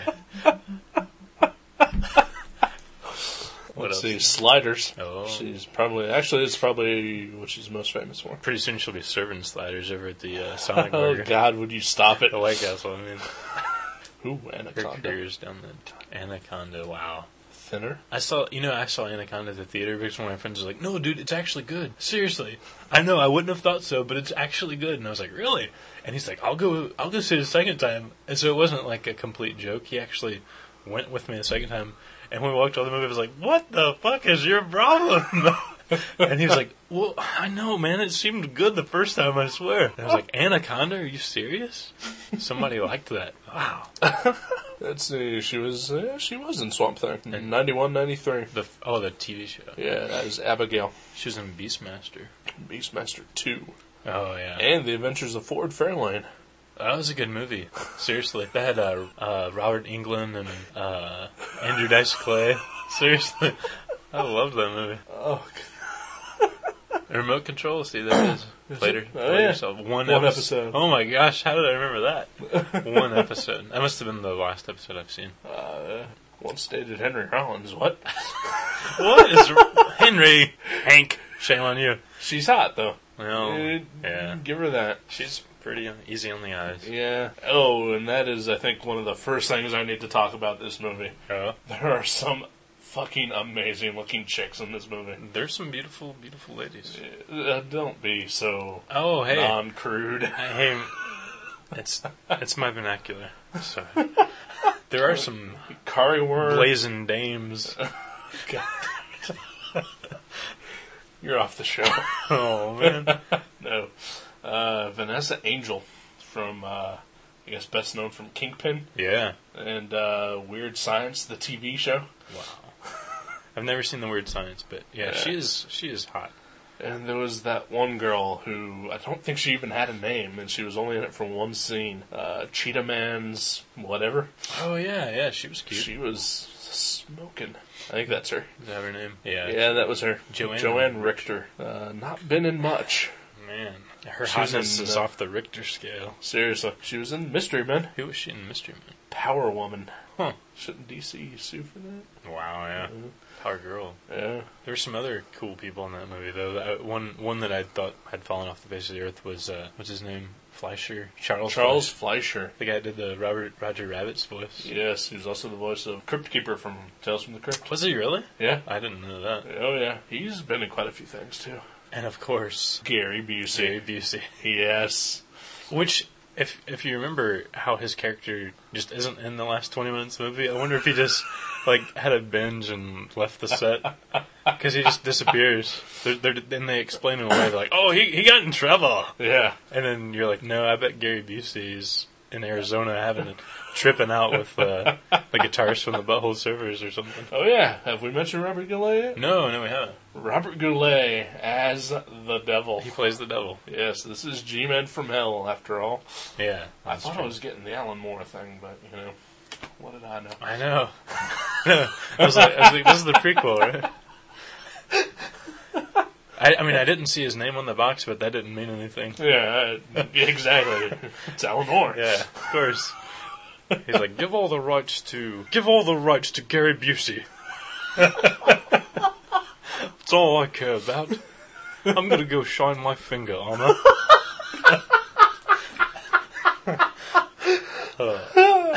S4: What
S3: let's
S4: else?
S3: see. Sliders.
S4: Oh.
S3: She's probably. Actually, it's probably what she's most famous for.
S4: Pretty soon she'll be serving sliders over at the uh,
S3: [laughs]
S4: Sonic
S3: Oh,
S4: Burger.
S3: God, would you stop it?
S4: The White Castle. I mean,
S3: Ooh,
S4: her
S3: Anaconda.
S4: career's down the Anaconda. Wow.
S3: Thinner.
S4: I saw, you know, I saw Anaconda at the theater because one of my friends was like, "No, dude, it's actually good. Seriously, I know I wouldn't have thought so, but it's actually good." And I was like, "Really?" And he's like, "I'll go, I'll go see it a second time." And so it wasn't like a complete joke. He actually went with me a second time, and when we walked out of the movie, I was like, "What the fuck is your problem?" [laughs] and he was like, "Well, I know, man. It seemed good the first time. I swear." And I was like, "Anaconda? Are you serious? Somebody liked that? Wow."
S3: Let's see. She was. Uh, she was in Swamp Thing. In 91, 93.
S4: The f- oh, the TV show.
S3: Yeah, that is Abigail.
S4: She was in Beastmaster.
S3: Beastmaster 2.
S4: Oh yeah.
S3: And The Adventures of Ford Fairlane.
S4: That was a good movie. [laughs] Seriously, they had uh, uh, Robert Englund and uh, Andrew Dice Clay. [laughs] Seriously, I loved that movie.
S3: Oh,
S4: And remote Control, see that is later.
S3: Oh,
S4: later
S3: yeah.
S4: so one,
S3: One
S4: epis-
S3: episode.
S4: Oh my gosh, how did I remember
S3: [laughs]
S4: that? one episode. That must have been the last episode I've seen.
S3: Uh, once dated Henry Rollins. What?
S4: What is Henry Hank? Shame on you.
S3: She's hot though.
S4: Well,
S3: Dude,
S4: yeah,
S3: Give her that.
S4: she's pretty easy on the eyes.
S3: Yeah. Oh, and that is, I think, one of the first things I need to talk about this movie.
S4: Oh.
S3: There are some fucking amazing looking chicks in this movie.
S4: There's some beautiful, beautiful ladies.
S3: Uh, don't be so
S4: Oh hey,
S3: Um, non-crude. [laughs]
S4: I hate. It's it's my vernacular. Sorry. [laughs] There are some
S3: Kari Worm.
S4: [laughs] blazing dames.
S3: God. You're off the show. [laughs]
S4: Oh man.
S3: no. Uh, Vanessa Angel from, uh, I guess, best known from Kingpin
S4: yeah.
S3: and uh, Weird Science, the TV show.
S4: Wow. I've never seen the weird science, but yeah,
S3: Yeah.
S4: she is she is hot.
S3: And there was that one girl who I don't think she even had a name, and she was only in it for one scene. Uh, Cheetah Man's whatever.
S4: Oh yeah, yeah, she was cute.
S3: She was smoking. I think that's her.
S4: is that her name? Yeah.
S3: Yeah, that was her.
S4: Joanne
S3: Richter. Uh, not been in much.
S4: Man, her
S3: She was
S4: hotness
S3: in,
S4: is
S3: uh,
S4: off the Richter scale.
S3: Seriously, she was in Mystery Men,
S4: Who was she in Mystery Man?
S3: Power Woman.
S4: Huh.
S3: Shouldn't DC sue for that?
S4: Wow. Yeah. Power Girl.
S3: Yeah.
S4: There were some other cool people in that movie though. That- One one that I thought had fallen off the face of the earth was uh, what's his name? Fleischer. Charles.
S3: Charles
S4: Fleisch.
S3: Fleischer.
S4: The guy that did the Robert Roger Rabbit's voice.
S3: Yes, he was also the voice of Crypt Keeper from Tales from the Crypt.
S4: Was he really?
S3: Yeah.
S4: I didn't know that.
S3: Oh yeah, he's been in quite a few things too.
S4: And of course,
S3: Gary Busey.
S4: Gary Busey.
S3: Yes.
S4: Which, if if you remember how his character just isn't in the last twenty minutes of the movie, I wonder if he just like had a binge and left the set because he just disappears. They're, they're, then they explain it away. They're like, "Oh, he he got in trouble,"
S3: Yeah.
S4: and then you're like, "No, I bet Gary Busey's in Arizona having a tripping out with uh, the guitarist from the Butthole Surfers or something."
S3: Oh yeah. Have we mentioned Robert Goulet yet?
S4: No, no, we haven't.
S3: Robert Goulet as the devil.
S4: He plays the devil.
S3: Yes, this is G-Man from Hell after all.
S4: Yeah,
S3: I thought I was getting the Alan Moore thing, but you know, what did I know?
S4: I know. [laughs] I, was like, I was like, this is the prequel, [laughs] right? I, I mean, I didn't see his name on the box, but that didn't mean anything.
S3: Yeah, I- yeah, [laughs] exactly. it's Alan Moore.
S4: Yeah, of course. He's like, give all the rights to, give all the rights to Gary [laughs] Busey. It's all I care about. I'm gonna go shine my finger on [laughs] her.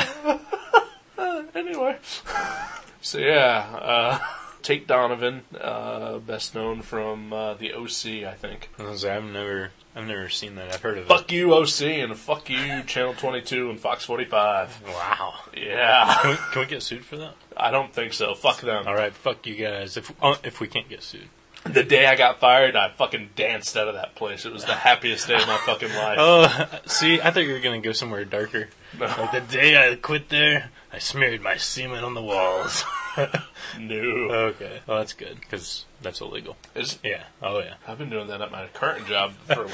S3: Anyway. so yeah, uh, Tate Donovan, uh, best known from uh, the OC, I think.
S4: I was like, I've never, I've never seen that. I've heard of
S3: Fuck you, OC, and fuck you, Channel 22 and Fox 45.
S4: it. Wow.
S3: Yeah,
S4: Can we, can we get sued for that?
S3: I don't think so. Fuck them.
S4: All right, fuck you guys. If uh, if we can't get sued.
S3: The day I got fired, I fucking danced out of that place. It was the happiest day of my fucking life.
S4: Oh, [laughs] see, I thought you were gonna go somewhere darker.
S3: No.
S4: Like the day I quit there, I smeared my semen on the walls.
S3: no.
S4: [laughs] okay, well that's good because that's illegal.
S3: It's-
S4: Yeah. Oh yeah.
S3: I've been doing that at my current job for like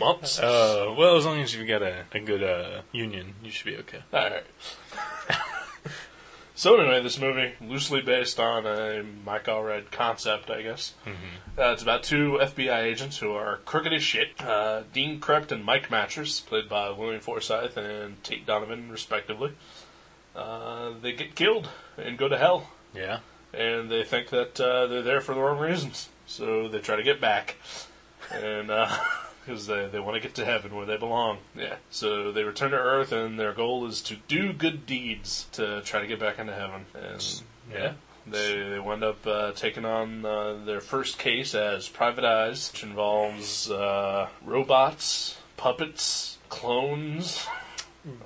S3: months.
S4: Uh, well, as long as you've got a, a good uh, union, you should be okay.
S3: Alright. [laughs] so, anyway, this movie, loosely based on a Mike Allred concept, I guess. Uh, it's about two FBI agents who are crooked as shit. Uh, Dean Krept and Mike Matchers, played by William Forsythe and Tate Donovan, respectively. Uh, they get killed and go to hell.
S4: Yeah.
S3: And they think that uh, they're there for the wrong reasons. So they try to get back. And, uh,. [laughs] Because they, they want to get to heaven where they belong. Yeah. So they return to Earth, and their goal is to do good deeds to try to get back into heaven. And yeah. They, they wind up uh, taking on uh, their first case as Private Eyes, which involves uh, robots, puppets, clones, [laughs]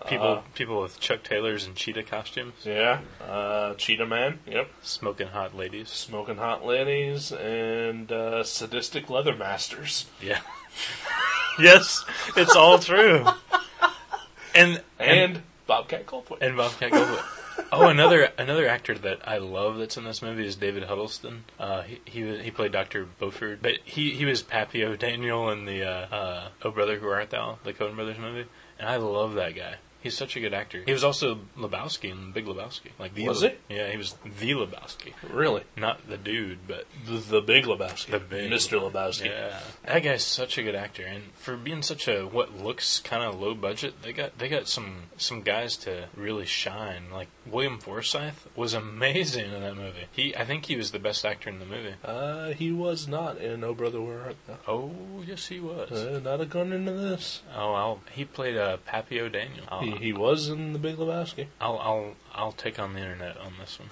S4: People, people with Chuck Taylors and cheetah costumes,
S3: yeah, uh, Cheetah Man, yep,
S4: smoking hot ladies.
S3: smoking hot ladies, and uh, sadistic leather masters.
S4: Yeah. [laughs] yes, it's all [laughs] true. And
S3: And, Bobcat Goldthwait.
S4: and Bobcat Goldthwait. oh, another another actor that I love that's in this movie is David Huddleston. Uh, he, he was- he played Doctor Beaufort, but he he was Papio Daniel in the uh, uh, Oh Brother Who Art Thou, the Coen Brothers movie, and I love that guy. He's such a good actor. He was also Lebowski in Big Lebowski. Like the
S3: Was
S4: Le- Yeah, he was the Lebowski,
S3: really?
S4: not the dude, but
S3: The, the Big Lebowski.
S4: The Big-
S3: Mr. Lebowski.
S4: yeah, that guy's such a good actor, and for being such a what looks kind of low budget, they got they got some some guys to really shine. Like William Forsythe was amazing in that movie. He, I think he was the best actor in the movie.
S3: Uh, he was not in Oh Brother Where Art Thou.
S4: Oh yes, he was.
S3: Uh, not a gun into this.
S4: oh, I'll, he played uh, Papio Daniel. I'll,
S3: He, he was in The Big Lebowski.
S4: I'll I'll I'll take on the internet on this one.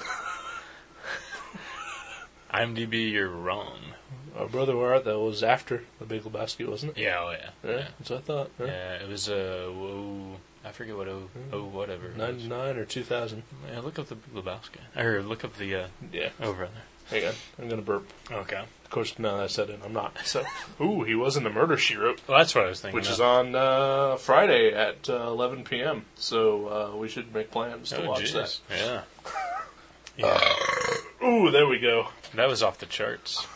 S4: [laughs] IMDb, you're wrong.
S3: Our Oh brother Where Art Thou was after The Big Lebowski, wasn't it?
S4: Yeah, oh yeah,
S3: Yeah, that's what I thought.
S4: yeah.
S3: Yeah.
S4: it was uh, oh, I forget what oh, oh whatever. it was.
S3: 99 or 2000.
S4: Yeah, look up the Big Lebowski. Or look up the uh,
S3: Yeah.
S4: over there.
S3: Hang on, I'm gonna burp.
S4: Okay.
S3: Of course, no, I said it. I'm not.
S4: [laughs]
S3: So, ooh, he was in the murder she wrote,
S4: Well, that's what I was thinking.
S3: which
S4: of.
S3: is on uh, Friday at uh, 11 p.m. So uh, we should make plans to
S4: Oh,
S3: watch
S4: jeez.
S3: that.
S4: Yeah.
S3: Ooh, there we go.
S4: That was off the charts.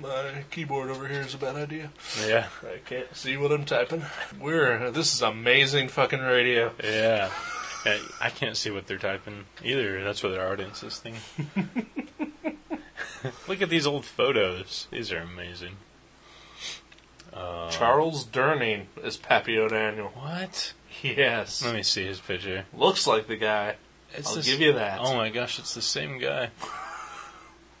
S3: My keyboard over here is a bad idea.
S4: Yeah.
S3: I can't see what I'm typing. We're this is amazing fucking radio.
S4: Yeah. Yeah, I can't see what they're typing either. That's what their audience is thinking.
S3: [laughs]
S4: Look at these old photos. These are amazing. Uh-huh.
S3: Charles Durning is Papio Daniel.
S4: What?
S3: Yes,
S4: Let me see his picture.
S3: looks like the guy.
S4: It's
S3: I'll
S4: the s-
S3: give you that.
S4: Oh my gosh, it's the same guy.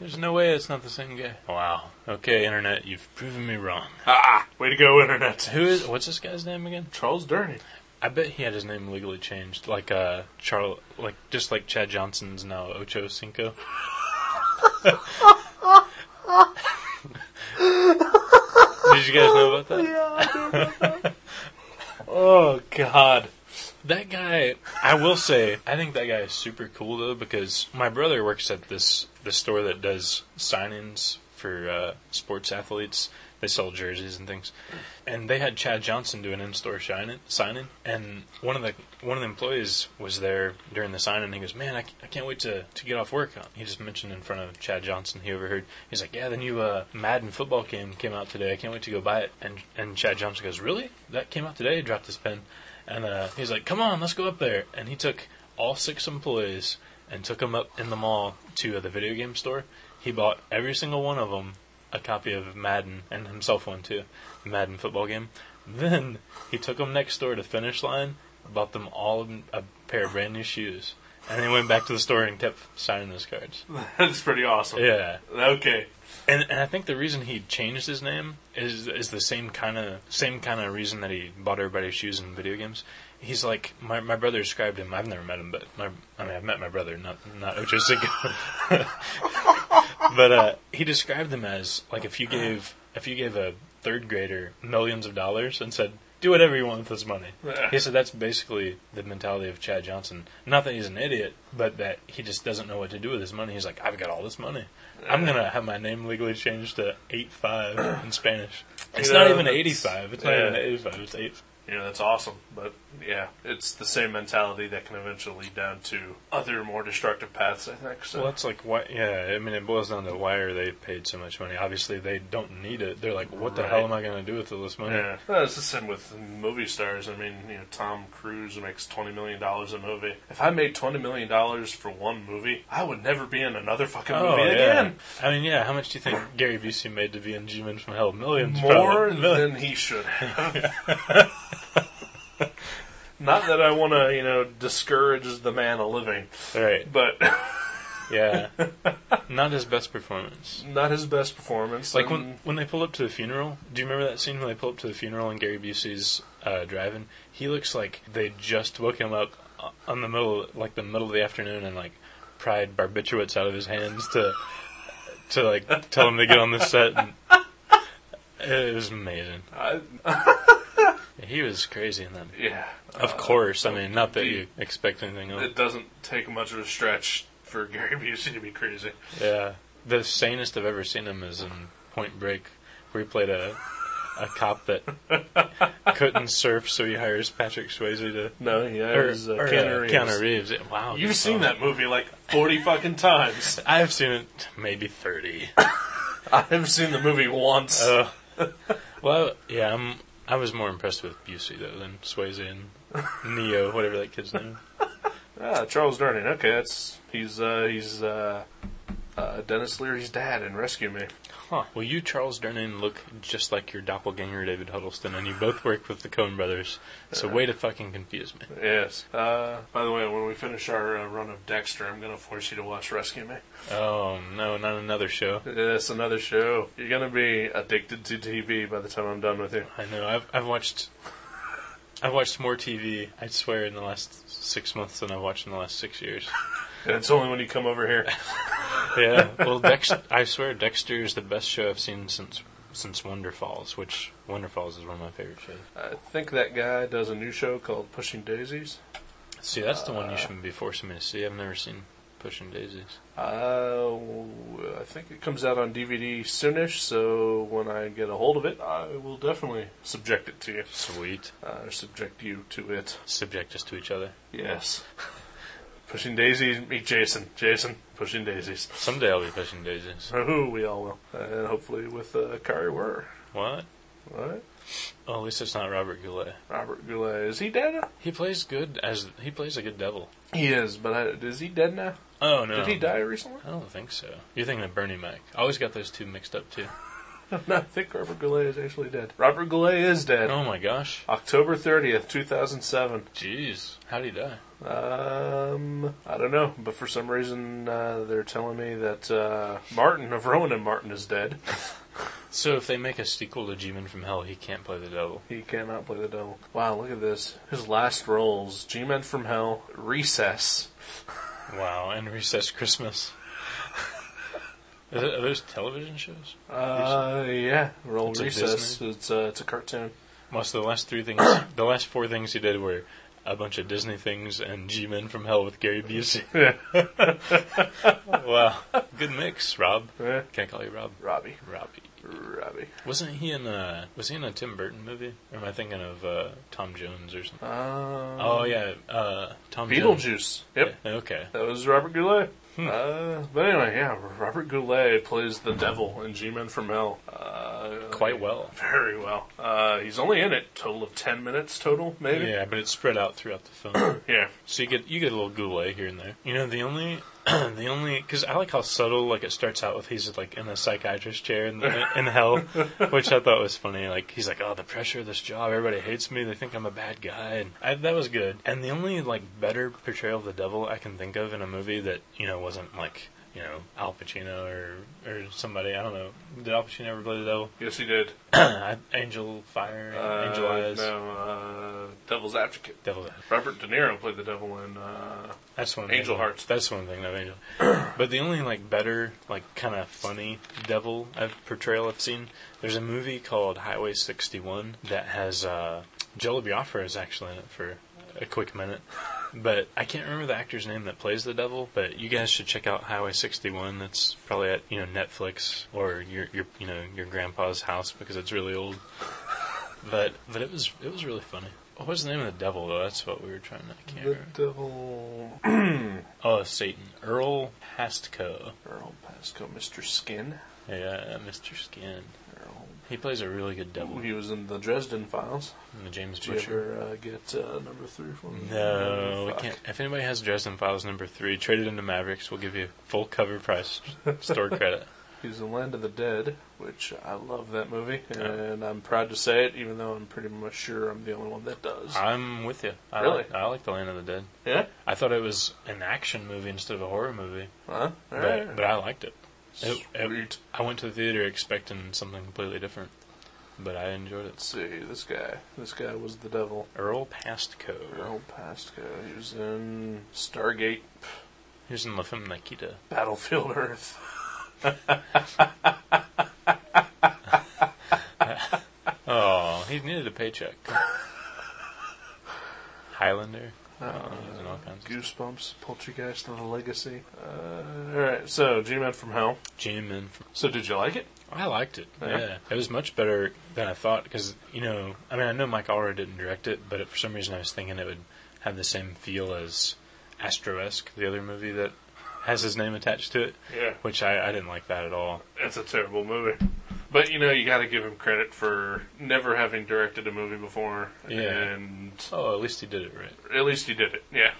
S4: There's no way it's not the same guy. Wow. Okay, internet, you've proven me wrong.
S3: Ah, way to go, internet.
S4: Who is? What's this guy's name again?
S3: Charles Durning. [laughs]
S4: I bet he had his name legally changed, like uh, Charl, like just like Chad Johnson's now Ocho Cinco. Did you guys know about that? [laughs]
S3: Oh God.
S4: That guy, I will say, I think that guy is super cool though because my brother works at this the store that does sign-ins for uh, sports athletes. They sell jerseys and things, and they had Chad Johnson do an in-store sign-in. sign-in, And one of the one of the employees was there during the sign-in. And he goes, "Man, I, c- I can't wait to, to get off work." Uh, He just mentioned in front of Chad Johnson. He overheard. He's like, "Yeah, the new uh, Madden football game came out today. I can't wait to go buy it." And and Chad Johnson goes, "Really? That came out today?" He dropped his pen. And uh, he's like, "Come on, let's go up there." And he took all six employees and took them up in the mall to uh, the video game store. He bought every single one of them a copy of Madden and himself one too, the Madden football game. Then he took them next door to Finish Line, bought them all a pair of brand new shoes, and they went back to the store and kept signing those cards.
S3: That's pretty awesome.
S4: Yeah.
S3: Okay.
S4: And, and I think the reason he changed his name is is the same kind of same kind of reason that he bought everybody's shoes in video games. He's like my my brother described him. I've never met him, but my I mean I've met my brother, not not Ocho Cinco. but uh, he described them as like if you gave if you gave a third grader millions of dollars and said do whatever you want with this money. He said that's basically the mentality of Chad Johnson. Not that he's an idiot, but that he just doesn't know what to do with his money. He's like, I've got all this money. I'm gonna have my name legally changed to eight five in [clears throat] Spanish. It's
S3: You know,
S4: not even
S3: that's-
S4: eighty five. It's not
S3: yeah.
S4: even eighty five. It's eight.
S3: You know, that's awesome. But yeah, it's the same mentality that can eventually lead down to other more destructive paths, I think. So
S4: Well, that's like why. Yeah, I mean, it boils down to why are they paid so much money? Obviously, they don't need it. They're like, what the
S3: Right.
S4: hell am I gonna do with all this money?
S3: yeah. Well, it's the same with movie stars. I mean, you know, Tom Cruise makes twenty million dollars a movie. If I made twenty million dollars for one movie, I would never be in another fucking
S4: Oh,
S3: movie
S4: yeah.
S3: again.
S4: I mean, yeah. How much do you think Gary Busey made to be in G Men from Hell? Millions.
S3: More
S4: probably. Millions.
S3: than he should have. Not that I want to, you know, discourage the man a living,
S4: Right.
S3: but [laughs]
S4: Yeah. Not his best performance.
S3: not his best performance.
S4: Like
S3: and-
S4: when when they pull up to the funeral. Do you remember that scene when they pull up to the funeral and Gary Busey's uh, driving? He looks like they just woke him up uh, on the middle, like the middle of the afternoon, and like pried barbiturates out of his hands to to like tell him to get on the set.
S3: [laughs]
S4: And it was amazing.
S3: I,
S4: He was crazy in that.
S3: yeah,
S4: Of course, I mean, not that you expect anything else.
S3: it doesn't take much of a stretch for Gary Busey to be crazy.
S4: Yeah. The sanest I've ever seen him is in Point Break, where he played a a cop [laughs] that couldn't surf, so he hires Patrick Swayze to.
S3: No, yeah,
S4: or-
S3: it was uh,
S4: or, uh,
S3: Keanu Reeves.
S4: Keanu Reeves. Wow.
S3: You've
S4: good
S3: seen
S4: call.
S3: that movie like forty fucking times.
S4: I've seen it maybe [laughs] 30.
S3: [laughs] I've seen the movie once.
S4: Uh, well, yeah, I'm, I was more impressed with Busey, though, than Swayze and Neo, whatever that kid's name is.
S3: ah, Charles Durning. Okay, that's he's uh, he's uh, uh, Dennis Leary's dad in Rescue Me.
S4: Huh. Well, you, Charles Durning, look just like your doppelganger, David Huddleston, and you both work with the Coen brothers, so way to fucking confuse me.
S3: Yes. Uh, by the way, when we finish our uh, run of Dexter, I'm gonna force you to watch Rescue Me.
S4: Oh, no, not another show.
S3: It's another show. You're gonna be addicted to TV by the time I'm done with you.
S4: I know. I've I've watched I've watched more TV. I swear in the last six months than I've watched in the last six years.
S3: And it's only when you come over here.
S4: Yeah. [laughs] well, Dex, I swear Dexter is the best show I've seen since since Wonder Falls, which Wonder Falls is one of my favorite shows.
S3: I think that guy does a new show called Pushing Daisies.
S4: See, that's the one you shouldn't be forcing me to see. I've never seen Pushing Daisies.
S3: Uh, I think it comes out on DVD soonish, so when I get a hold of it, I will definitely subject it to you.
S4: Sweet.
S3: Uh, subject you to it.
S4: Subject us to each other.
S3: [laughs] Yes. pushing daisies, meet Jason. Jason, pushing daisies.
S4: Someday I'll be pushing daisies.
S3: Oh, we all will. And hopefully with uh, Kari Wurr.
S4: What?
S3: Right?
S4: Oh, at least it's not Robert Goulet.
S3: Robert Goulet. Is he dead now?
S4: He plays good as he plays a good devil.
S3: He is, but I, is he dead now?
S4: Oh no.
S3: Did he die recently? [laughs]
S4: I don't think so. You're thinking of Bernie Mac. I always got those two mixed up too.
S3: no, I think Robert Goulet is actually dead. Robert Goulet is dead.
S4: Oh my gosh.
S3: October 30th, 2007.
S4: Jeez. How'd he die?
S3: Um, I don't know, but for some reason uh, they're telling me that uh, Martin of Rowan and Martin is dead. [laughs]
S4: So if they make a sequel to G-Man from Hell, he can't play the devil.
S3: He cannot play the devil. Wow, look at this. His last roles: G-Men from Hell, Recess.
S4: Wow. And Recess Christmas. [laughs] Is it, are those television shows?
S3: Uh, yeah, roll
S4: It's a
S3: Recess.
S4: Disney?
S3: It's uh, it's a cartoon.
S4: Most of the last three things, [coughs] the last four things he did were a bunch of Disney things and G-Men from Hell with Gary Busey. [laughs] wow, good mix, Rob.
S3: Yeah.
S4: Can I call you Rob?
S3: Robbie,
S4: Robbie.
S3: Robbie.
S4: Wasn't he in a Was he in a Tim Burton movie? Or am I thinking of uh, Tom Jones or something?
S3: Um,
S4: oh yeah, uh, Tom Jones.
S3: Beetlejuice. Yep,
S4: Yeah, Hmm. Okay.
S3: that was Robert Goulet. Uh, but anyway, yeah, Robert Goulet plays the devil in G-Men from Hell. Uh,
S4: Quite well.
S3: Very well. Uh, he's only in it total of ten minutes total, maybe.
S4: Yeah, but it's spread out throughout the film.
S3: Yeah.
S4: So you get you get a little goulet here and there. You know the only [clears throat] the only because I like how subtle like it starts out with he's like in a psychiatrist chair in,
S3: [laughs]
S4: in hell, which I thought was funny. Like he's like oh the pressure of this job, everybody hates me, they think I'm a bad guy, and I, that was good. And the only like better portrayal of the devil I can think of in a movie that you know wasn't like you know Al Pacino or or somebody I don't know did Al Pacino ever play the devil? [clears throat]
S3: Yes, he did.
S4: I- Angel Fire,
S3: Uh,
S4: Angel Eyes,
S3: No, uh, Devil's Advocate.
S4: Devil.
S3: Robert De Niro played the devil in. Uh,
S4: That's one
S3: Angel
S4: thing.
S3: Hearts.
S4: That's one thing, no angel. [clears throat] but the only like better, like kind of funny devil I've, portrayal I've seen. There's a movie called Highway 61 that has uh, Jello Biafra is actually in it for a quick minute. But I can't remember the actor's name that plays the devil. But you guys should check out Highway 61. That's probably at you know Netflix or your your you know your grandpa's house because it's really old. But but it was it was really funny. What was the name of the devil though? That's what we were trying to. I can't
S3: the
S4: remember.
S3: devil.
S4: Oh, Satan. Earl Hastko.
S3: Earl Pasco, Mr. Skin.
S4: Yeah, Mr. Skin.
S3: Earl.
S4: He plays a really good devil
S3: He was in the Dresden Files.
S4: in the James
S3: Did you
S4: Butcher.
S3: ever uh, get uh, number three for me?
S4: No, we
S3: Fuck.
S4: can't. If anybody has Dresden Files number three, trade it into Mavericks. We'll give you full cover price
S3: [laughs]
S4: store credit.
S3: He's in Land of the Dead, which I love that movie, and I'm proud to say it, even though I'm pretty much sure I'm the only one that does.
S4: I'm with you. I
S3: Really?
S4: Like, I like The Land of the Dead.
S3: yeah?
S4: I thought it was an action movie instead of a horror movie,
S3: Huh? All
S4: but,
S3: right.
S4: but I oh, liked it. It- it-
S3: Sweet.
S4: I went to the theater expecting something completely different, but I enjoyed it.
S3: Let's see, this guy. This guy was the devil.
S4: Earl Pastco.
S3: Earl Pasco. He was in Stargate
S4: He was in La Femme Nikita.
S3: Battlefield Earth.
S4: Oh, he needed a [laughs] paycheck. Highlander. Oh, he's in all kinds. of-
S3: Goosebumps, Poltergeist, and The Legacy. Uh, Alright, so G Man from Hell.
S4: G-Man. From,
S3: So, did you like it?
S4: I liked it.
S3: Yeah.
S4: Yeah. it was much better than I thought because you know, I mean, I know Mike Allred didn't direct it, but for some reason I was thinking it would have the same feel as Astroesque, the other movie that has his name attached to it,
S3: Yeah.
S4: which I, I didn't like that at all.
S3: It's a terrible movie. But you know, you got to give him credit for never having directed a movie before,
S4: Yeah.
S3: and
S4: Oh, at least he did it right.
S3: at least he did it. Yeah,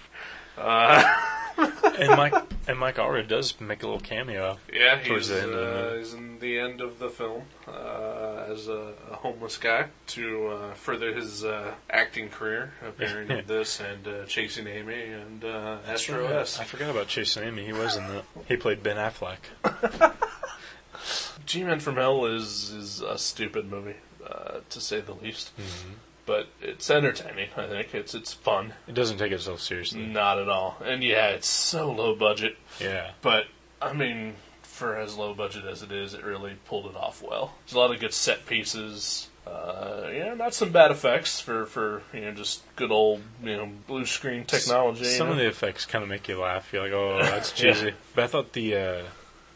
S4: And Mike and Mike Allred does make a little cameo.
S3: yeah.
S4: Towards
S3: He's,
S4: the end of the
S3: uh,
S4: movie.
S3: he's in the end of the film uh, as a, a homeless guy to uh, further his uh, acting career, appearing
S4: [laughs]
S3: in this and uh, Chasing Amy and uh, Astro S.
S4: I forgot about Chase Amy. He was in that. He played Ben Affleck.
S3: G-Man from Hell is is a stupid movie, uh, to say the least.
S4: Mm-hmm.
S3: But it's entertaining. I think it's it's fun.
S4: It doesn't take itself
S3: Mm.
S4: seriously.
S3: Not at all. And yeah, it's so low budget.
S4: Yeah.
S3: But I mean, for as low budget as it is, it really pulled it off well. There's a lot of good set pieces. Uh, yeah, not some bad effects for, for you know just good old you know blue screen technology.
S4: Some
S3: you
S4: of
S3: know?
S4: the effects kind of make you laugh. You're like, oh,
S3: [laughs]
S4: that's
S3: Yeah.
S4: cheesy. But I thought the, uh,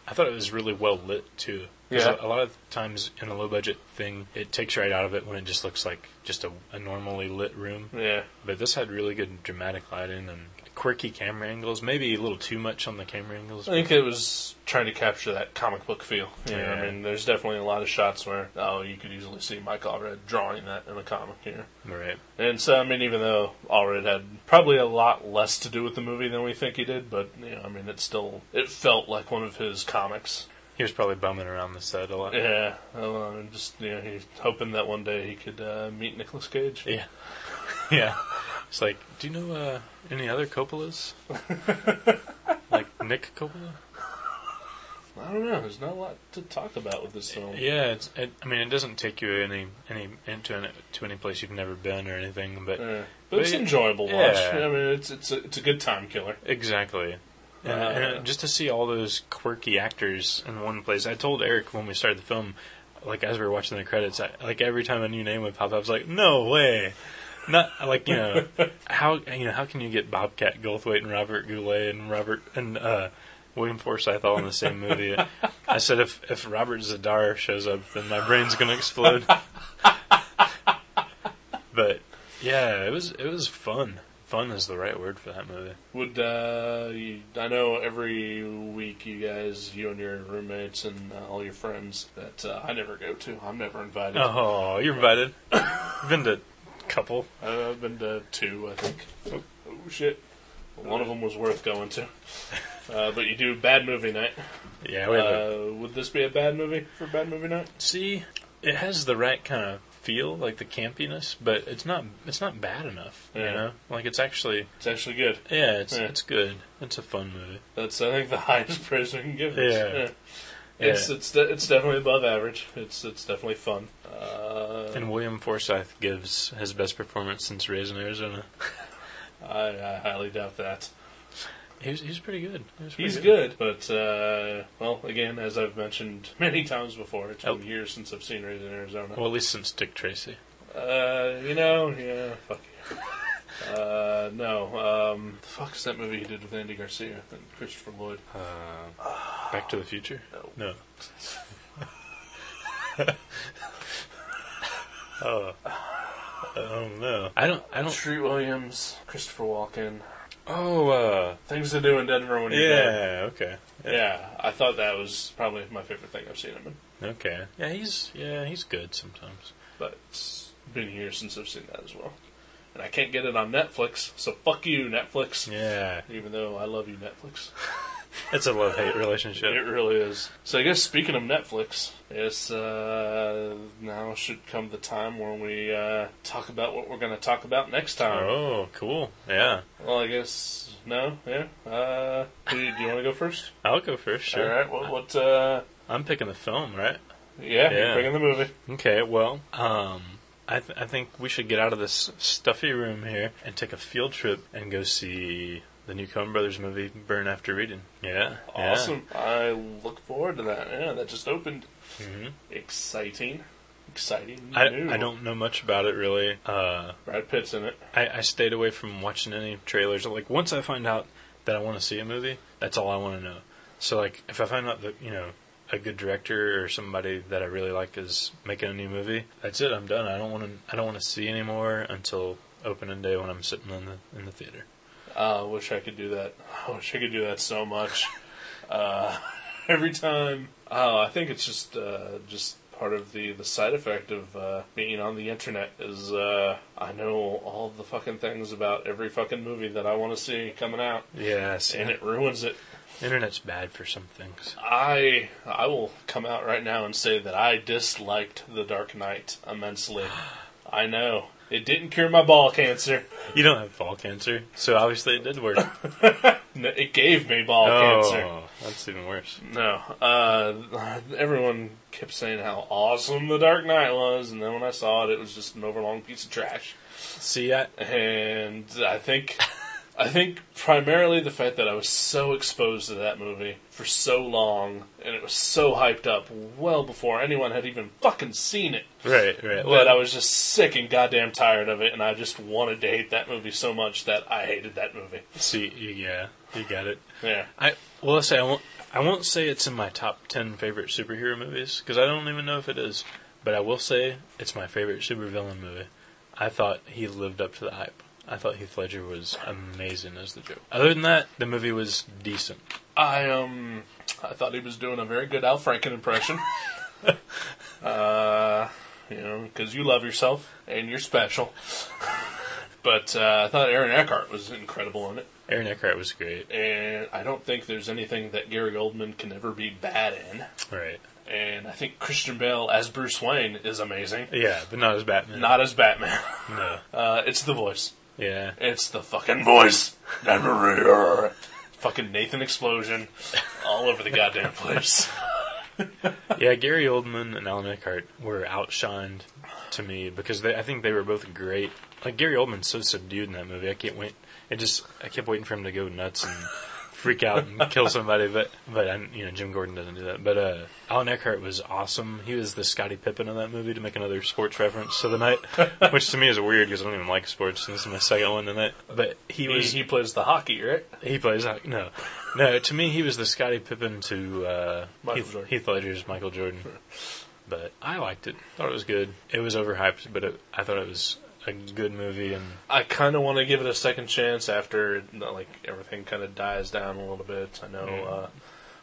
S4: I thought it was really well lit too. 'Cause
S3: Yeah.
S4: A lot of times in a low budget thing, it takes you right out of it when it just looks like just a, a normally lit room.
S3: yeah,
S4: But this had really good dramatic lighting and quirky camera angles. Maybe a little too much on the camera angles.
S3: I think it was trying to capture that comic book feel. You know,
S4: Yeah.
S3: I mean, there's definitely a lot of shots where oh, you could easily see Mike Allred drawing that in a comic here.
S4: Right.
S3: And so, I mean, even though Allred had probably a lot less to do with the movie than we think he did, but you know, I mean, it still it felt like one of his comics.
S4: He was probably bumming around the set a lot.
S3: Yeah, well, I'm just you know, he's hoping that one day he could uh, meet Nicolas Cage.
S4: Yeah. [laughs] Yeah. It's like, do you know uh, any other Coppolas? like Nick Coppola?
S3: I don't know. There's not a lot to talk about with this film.
S4: Yeah, it's, it, I mean, it doesn't take you any any into an, to any place you've never been or anything, but
S3: Yeah. But it's
S4: But-
S3: enjoyable
S4: yeah.
S3: watch. I mean, it's it's a, it's a good time killer.
S4: exactly. And,
S3: Uh,
S4: and just to see all those quirky actors in one place, I told Eric when we started the film, like as we were watching the credits, I, like every time a new name would pop up, I was like, no way. Not like you know how you know how can you get Bobcat Goldthwait and Robert Goulet and Robert and uh, William Forsythe all in the same movie? I said if if Robert Zadar shows up, then my brain's gonna explode. but yeah, it was it was fun. Fun is the right word for that movie.
S3: Would uh, you, I know every week you guys, you and your roommates and uh, all your friends that uh, I never go to. I'm never invited.
S4: Oh, you're invited. [coughs] Been to couple.
S3: Uh, I've been to two, I think. Oh, shit. One of them was worth going
S4: [laughs]
S3: to. Uh, but you do bad movie night.
S4: Oh, Yeah, we have a-
S3: Uh, would this be a bad movie for bad movie night?
S4: see. It has the right kind of feel, like the campiness, but it's not it's not bad enough. You
S3: Yeah.
S4: know, like it's actually
S3: It's actually good.
S4: yeah, it's
S3: Yeah.
S4: it's good. It's a fun movie.
S3: That's I think the [laughs] highest praise we can give. it.
S4: Yeah.
S3: It's it's de- it's definitely above average. It's it's definitely fun. Uh,
S4: And William Forsythe gives his best performance since Raising Arizona.
S3: I, I highly doubt that.
S4: He was, he was pretty good. He was pretty
S3: He's good, but uh, well, again, as I've mentioned many times before, it's been
S4: Oh.
S3: years since I've seen Raised in Arizona.
S4: Well, at least since Dick Tracy.
S3: Uh, you know, yeah, fuck you. Uh, no, um, the fuck is that movie he did with Andy Garcia and Christopher Lloyd?
S4: Uh, Back to the Future.
S3: No.
S4: No. [laughs] oh. Oh no. I don't. I don't.
S3: Treat Williams, Christopher Walken.
S4: Oh. uh...
S3: Things to do in Denver when you're dead.
S4: Yeah. Okay.
S3: Yeah, I thought that was probably my favorite thing I've seen him in.
S4: Okay. Yeah, he's yeah he's good sometimes.
S3: But it's been years since I've seen that as well. And I can't get it on Netflix, so fuck you, Netflix.
S4: Yeah.
S3: Even though I love you, Netflix.
S4: It's a love hate relationship.
S3: It really is. So I guess speaking of Netflix, it's uh, now should come the time where we uh, talk about what we're going to talk about next time.
S4: Oh, cool. Yeah.
S3: Well, I guess no, yeah. Uh, do, you, do you want to go first?
S4: I'll go first. Sure.
S3: All right. What? what uh,
S4: I'm picking the film, right?
S3: yeah,
S4: Yeah.
S3: You're bringing the movie.
S4: Okay. Well, um, I th- I think we should get out of this stuffy room here and take a field trip and go see the new Coen Brothers movie, Burn After Reading. Yeah. yeah.
S3: Awesome. I look forward to that. Yeah, that just opened.
S4: Mhm.
S3: Exciting. Exciting. new.
S4: I, I don't know much about it really. Uh,
S3: Brad Pitt's in it.
S4: I, I stayed away from watching any trailers. Like once I find out that I want to see a movie, that's all I want to know. So like if I find out that you know a good director or somebody that I really like is making a new movie, that's it. I'm done. I don't want to. I don't want to see anymore until opening day when I'm sitting in the in the theater.
S3: Uh, I wish I could do that. [laughs] I wish I could do that so
S4: [laughs]
S3: much. Uh, [laughs] every time, oh, I think it's just uh, just part of the the side effect of uh, being on the internet is uh, I know all the fucking things about every fucking movie that I want to see coming out,
S4: Yes, Oh,
S3: and it ruins it.
S4: internet's bad for some things.
S3: I I will come out right now and say that I disliked The Dark Knight
S4: [gasps]
S3: immensely. I know it didn't cure my ball cancer.
S4: You don't have ball cancer, so obviously it did work. Oh.
S3: N- It gave me ball cancer.
S4: that's even worse.
S3: No. Uh, everyone kept saying how awesome The Dark Knight was, and then when I saw it, it was just an overlong piece of trash.
S4: See, I,
S3: And I think I think primarily the fact that I was so exposed to that movie for so long, and it was so hyped up well before anyone had even fucking seen it,
S4: Right, right.
S3: that I was just sick and goddamn tired of it, and I just wanted to hate that movie so much that I hated that movie.
S4: see, yeah, you got it.
S3: Yeah.
S4: I well, let's say I won't. I won't say it's in my top ten favorite superhero movies because I don't even know if it is. But I will say it's my favorite supervillain movie. I thought he lived up to the hype. I thought Heath Ledger was amazing as the Joker. Other than that, the movie was decent.
S3: I um I thought he was doing a very good Al Franken [laughs] impression. uh, you know, because you love yourself and you're special. [laughs] but uh, I thought Aaron Eckhart was incredible in it,
S4: Aaron Eckhart was great.
S3: and I don't think there's anything that Gary Oldman can ever be bad in.
S4: Right.
S3: And I think Christian Bale as Bruce Wayne is amazing.
S4: Yeah, but not as Batman.
S3: Not as Batman. [laughs]
S4: no.
S3: Uh, it's the voice.
S4: Yeah.
S3: It's the fucking voice. Never- fucking Nathan explosion, all over the goddamn [laughs] place.
S4: [laughs] Yeah, Gary Oldman and Alan Eckhart were outshined to me because they, I think they were both great. Like Gary Oldman's so subdued in that movie. I can't wait. It just I kept waiting for him to go nuts and freak out and kill somebody, but but I, you know Jim Gordon doesn't do that. But uh, Alan Eckhart was awesome. He was the Scottie Pippen of that movie to make another sports reference to
S3: [laughs]
S4: the night, which to me is weird because I don't even like sports. And this is my second one tonight. But he was
S3: he plays the hockey, right?
S4: he plays out. No, no. To me, he was the Scottie Pippen to uh,
S3: Michael
S4: Heath,
S3: Jordan.
S4: Heath Ledger's Michael Jordan. But I liked it. Thought it was good. It was overhyped, but it, I thought it was a good movie. And
S3: I kind of want to give it a second chance after like everything kind of dies down a little bit. I know
S4: Mm.
S3: uh,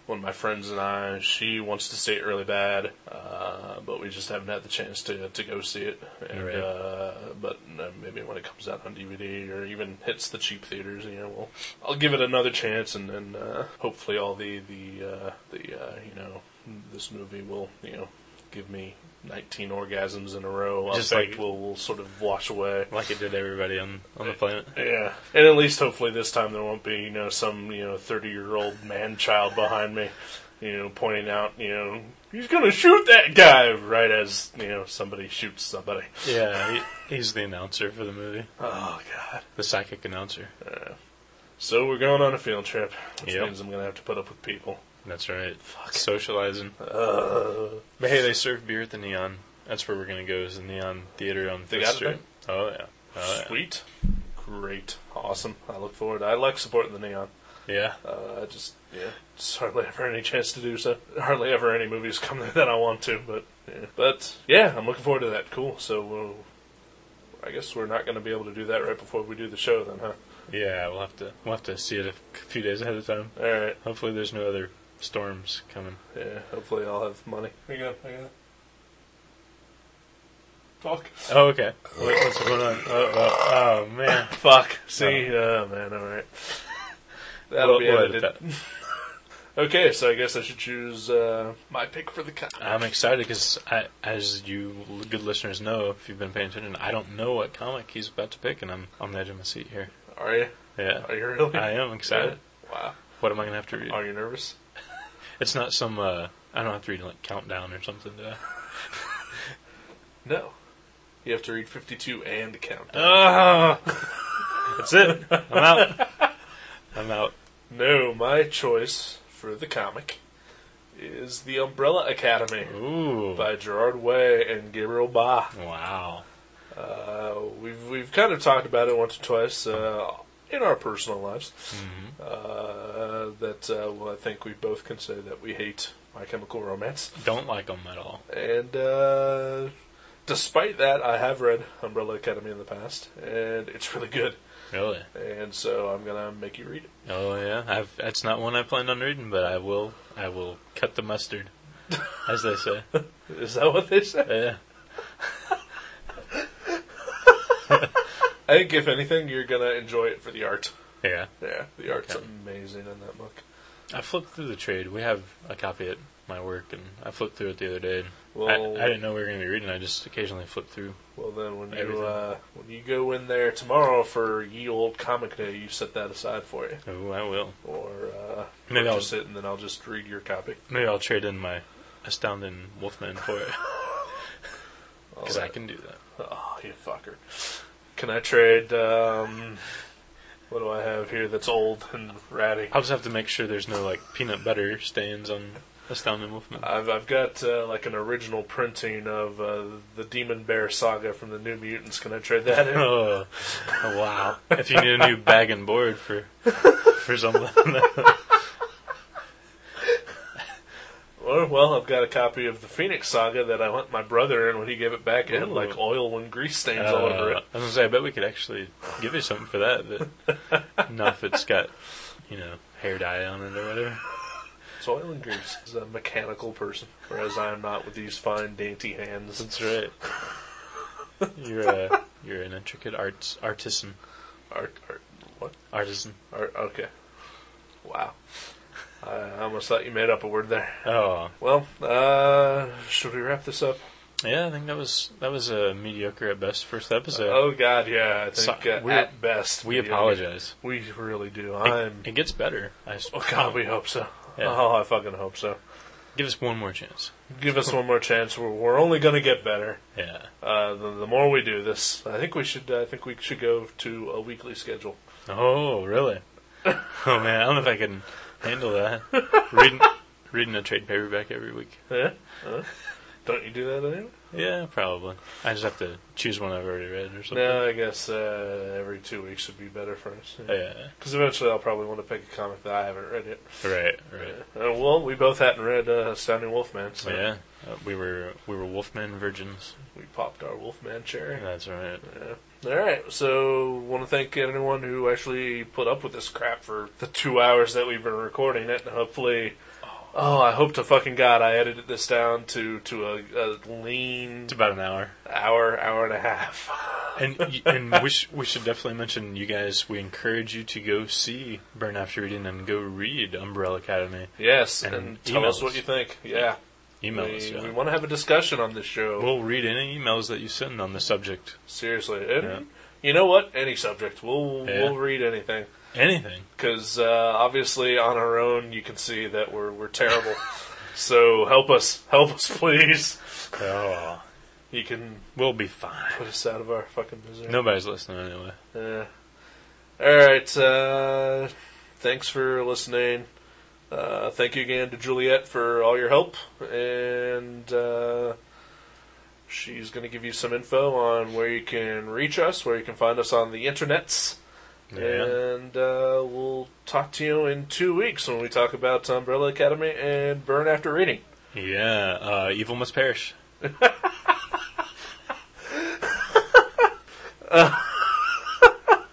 S3: one of my friends and I, she wants to see it really bad, uh, but we just haven't had the chance to to go see it. And,
S4: Right.
S3: uh, but uh, maybe when it comes out on DVD or even hits the cheap theaters, you know, we'll, I'll give it another chance, and then uh, hopefully all the the uh, the uh, you know this movie will you know give me 19 orgasms in a row. I
S4: Just
S3: think
S4: like-
S3: will will sort of wash away.
S4: like it did everybody on on the planet.
S3: Yeah, and at least hopefully this time there won't be you know some you know thirty year old man child behind me, you know pointing out you know he's gonna shoot that guy right as you know somebody shoots somebody.
S4: Yeah, he, he's the announcer for the movie,
S3: Oh God!
S4: the psychic announcer.
S3: So we're going on a field trip, which
S4: Yep.
S3: means I'm gonna have to put up with people.
S4: That's right. Socializing.
S3: Uh,
S4: But hey, they serve beer at the Neon. That's where we're gonna go. Is the Neon Theater on
S3: They
S4: Fifth
S3: got it
S4: Street? Oh yeah. Oh, yeah.
S3: sweet, great, awesome. I look forward. I like supporting the neon.
S4: yeah.
S3: Uh, I just yeah, it's hardly ever any chance to do so. Hardly ever any movies come [laughs] there that I want to, but yeah. but yeah, I'm looking forward to that. Cool. So uh, I guess we're not going to be able to do that right before we do the show, then, huh?
S4: Yeah, we'll have to we'll have to see it a few days ahead of time.
S3: All right.
S4: Hopefully, there's no other storms coming.
S3: Yeah. Hopefully, I'll have money. Here you go. Here you go. Talk.
S4: Oh, okay. What, what's going on? Oh, oh, oh, man.
S3: [laughs] Fuck. See. Oh man. All [laughs] right. That'll
S4: We'll-
S3: be
S4: we'll
S3: edited.
S4: edit that.
S3: Okay. So I guess I should choose uh, my pick for the cut.
S4: I'm excited because, as you l- good listeners know, if you've been paying attention, I don't know what comic he's about to pick, and I'm on the edge of my seat here.
S3: Are you?
S4: Yeah,
S3: Are you really? [laughs]
S4: I am excited.
S3: Wow.
S4: What am I gonna have to read?
S3: Are you nervous?
S4: It's not some. uh I don't have to read like countdown or something. Do I?
S3: No. You have to read 52 and count. Ah!
S4: that's it. I'm out. I'm out.
S3: [laughs] no, my choice for the comic is The Umbrella Academy
S4: Ooh.
S3: by Gerard Way and Gabriel Ba.
S4: Wow.
S3: Uh, we've we've kind of talked about it once or twice uh, in our personal lives. Uh, that uh, well, I think we both can say that we hate My Chemical Romance,
S4: Don't like them at all.
S3: and uh, despite that, I have read Umbrella Academy in the past, and it's really good.
S4: Really.
S3: And so I'm gonna make you read it.
S4: Oh yeah, I've, that's not one I planned on reading, but I will. I will cut the mustard, as they [laughs] say.
S3: Is that what they said?
S4: Yeah,
S3: I think if anything, you're gonna enjoy it for the art.
S4: yeah.
S3: Yeah, the art's
S4: Okay.
S3: amazing in that book.
S4: I flipped through the trade. We have a copy at my work, and I flipped through it the other day. I,
S3: Well,
S4: I didn't know we were going to be reading. I just occasionally flip through.
S3: well then when you
S4: Everything.
S3: uh, when you go in there tomorrow for ye old comic day, you set that aside for you,
S4: Oh, I will.
S3: or uh,
S4: Maybe I'll
S3: purchase it and then I'll just read your copy.
S4: maybe I'll trade in my astounding Wolfman for [laughs] it because I can do that.
S3: Oh, you fucker! Can I trade? Um, what do I have here that's old and ratty.
S4: I just have to make sure there's no like peanut butter stains on Astounding Wolfman.
S3: I've, I've got uh, like an original printing of uh, the Demon Bear saga from the New Mutants. Can I trade that [laughs] in?
S4: oh, wow! If you need a new bag and board for for something, [laughs]
S3: Or, Oh, well, I've got a copy of the Phoenix saga that I lent my brother, and when he gave it back, it had
S4: Ooh.
S3: like oil and grease stains
S4: Uh,
S3: all over
S4: I
S3: it.
S4: was gonna say, I bet we could actually give you something for that,
S3: [laughs]
S4: but not if it's got, you know, hair dye on it or whatever.
S3: It's oil and grease. He's a mechanical person, whereas I am not with these fine, dainty hands.
S4: That's right. You're uh, you're an intricate arts artisan,
S3: Art, art, what?
S4: artisan.
S3: Art, okay. Wow. I almost thought you made up a word there.
S4: Oh,
S3: Well, uh, should we wrap this up?
S4: yeah. I think that was that was a mediocre at best first episode.
S3: Oh God, yeah. I think
S4: So-
S3: uh,
S4: we're-
S3: at best
S4: we
S3: mediocre.
S4: apologize.
S3: We really do.
S4: It,
S3: I'm.
S4: it gets better. I s-
S3: Oh God, we hope so.
S4: Yeah.
S3: Oh, I fucking hope so.
S4: give us one more chance.
S3: Give us one more chance. We're, we're only gonna get better.
S4: Yeah.
S3: Uh, the, the more we do this, I think we should. I think we should go to a weekly schedule. [laughs]
S4: Oh, really? oh man, I don't know if I can handle that. reading reading a trade paperback every week.
S3: Yeah. Huh? Don't you do that anyway?
S4: Yeah, probably. I just have to choose one I've already read or something.
S3: No, I guess uh, every two weeks would be better for us.
S4: Yeah.
S3: Because eventually I'll probably want to pick a comic that I haven't read yet.
S4: Right. Right.
S3: Uh, well, we both hadn't read uh, Astounding Wolfman, so
S4: Yeah. Uh, we were we were Wolfman virgins.
S3: we popped our Wolfman cherry.
S4: That's right.
S3: Yeah. All right, so want to thank anyone who actually put up with this crap for the two hours that we've been recording it. And hopefully, oh, I hope to fucking god I edited this down to to a, a lean
S4: It's about an hour,
S3: hour, hour and a half. [laughs]
S4: and y- and we sh- we should definitely mention you guys. We encourage you to go see Burn After Reading and go read Umbrella Academy.
S3: Yes, and,
S4: And
S3: tell us
S4: emails.
S3: what you think. Yeah,
S4: Email
S3: we,
S4: us. Yeah.
S3: we want to have a discussion on this show.
S4: We'll read any emails that you send on the subject.
S3: Seriously, and
S4: Yeah.
S3: you know what? Any subject, we'll
S4: Yeah.
S3: we'll read anything.
S4: Anything.
S3: because uh, obviously on our own you can see that we're we're
S4: [laughs]
S3: terrible. so help us, help us, please.
S4: Oh,
S3: You can
S4: we'll be fine.
S3: put us out of our fucking misery.
S4: Nobody's listening anyway.
S3: Yeah. all right. Uh, thanks for listening. Uh, thank you again to Juliet for all your help, and uh, she's going to give you some info on where you can reach us, where you can find us on the internets. And uh, we'll talk to you in two weeks when we talk about Umbrella Academy and Burn After Reading.
S4: Yeah. Uh, evil must perish.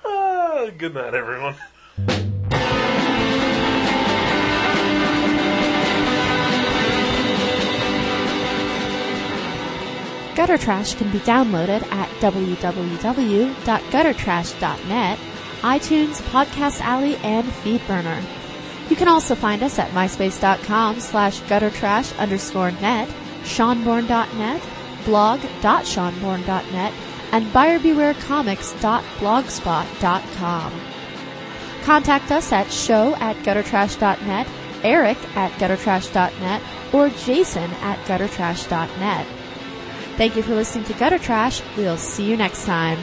S3: Ah, good night, everyone. [laughs]
S2: Gutter Trash can be downloaded at www.guttertrash.net, iTunes, Podcast Alley, and FeedBurner. You can also find us at myspace.com slash guttertrash underscore net, seanborn.net, blog.seanborn.net, and buyerbewarecomics.blogspot.com. Contact us at show at guttertrash.net, eric at guttertrash.net, or jason at guttertrash.net. Thank you for listening to Gutter Trash. We'll see you next time.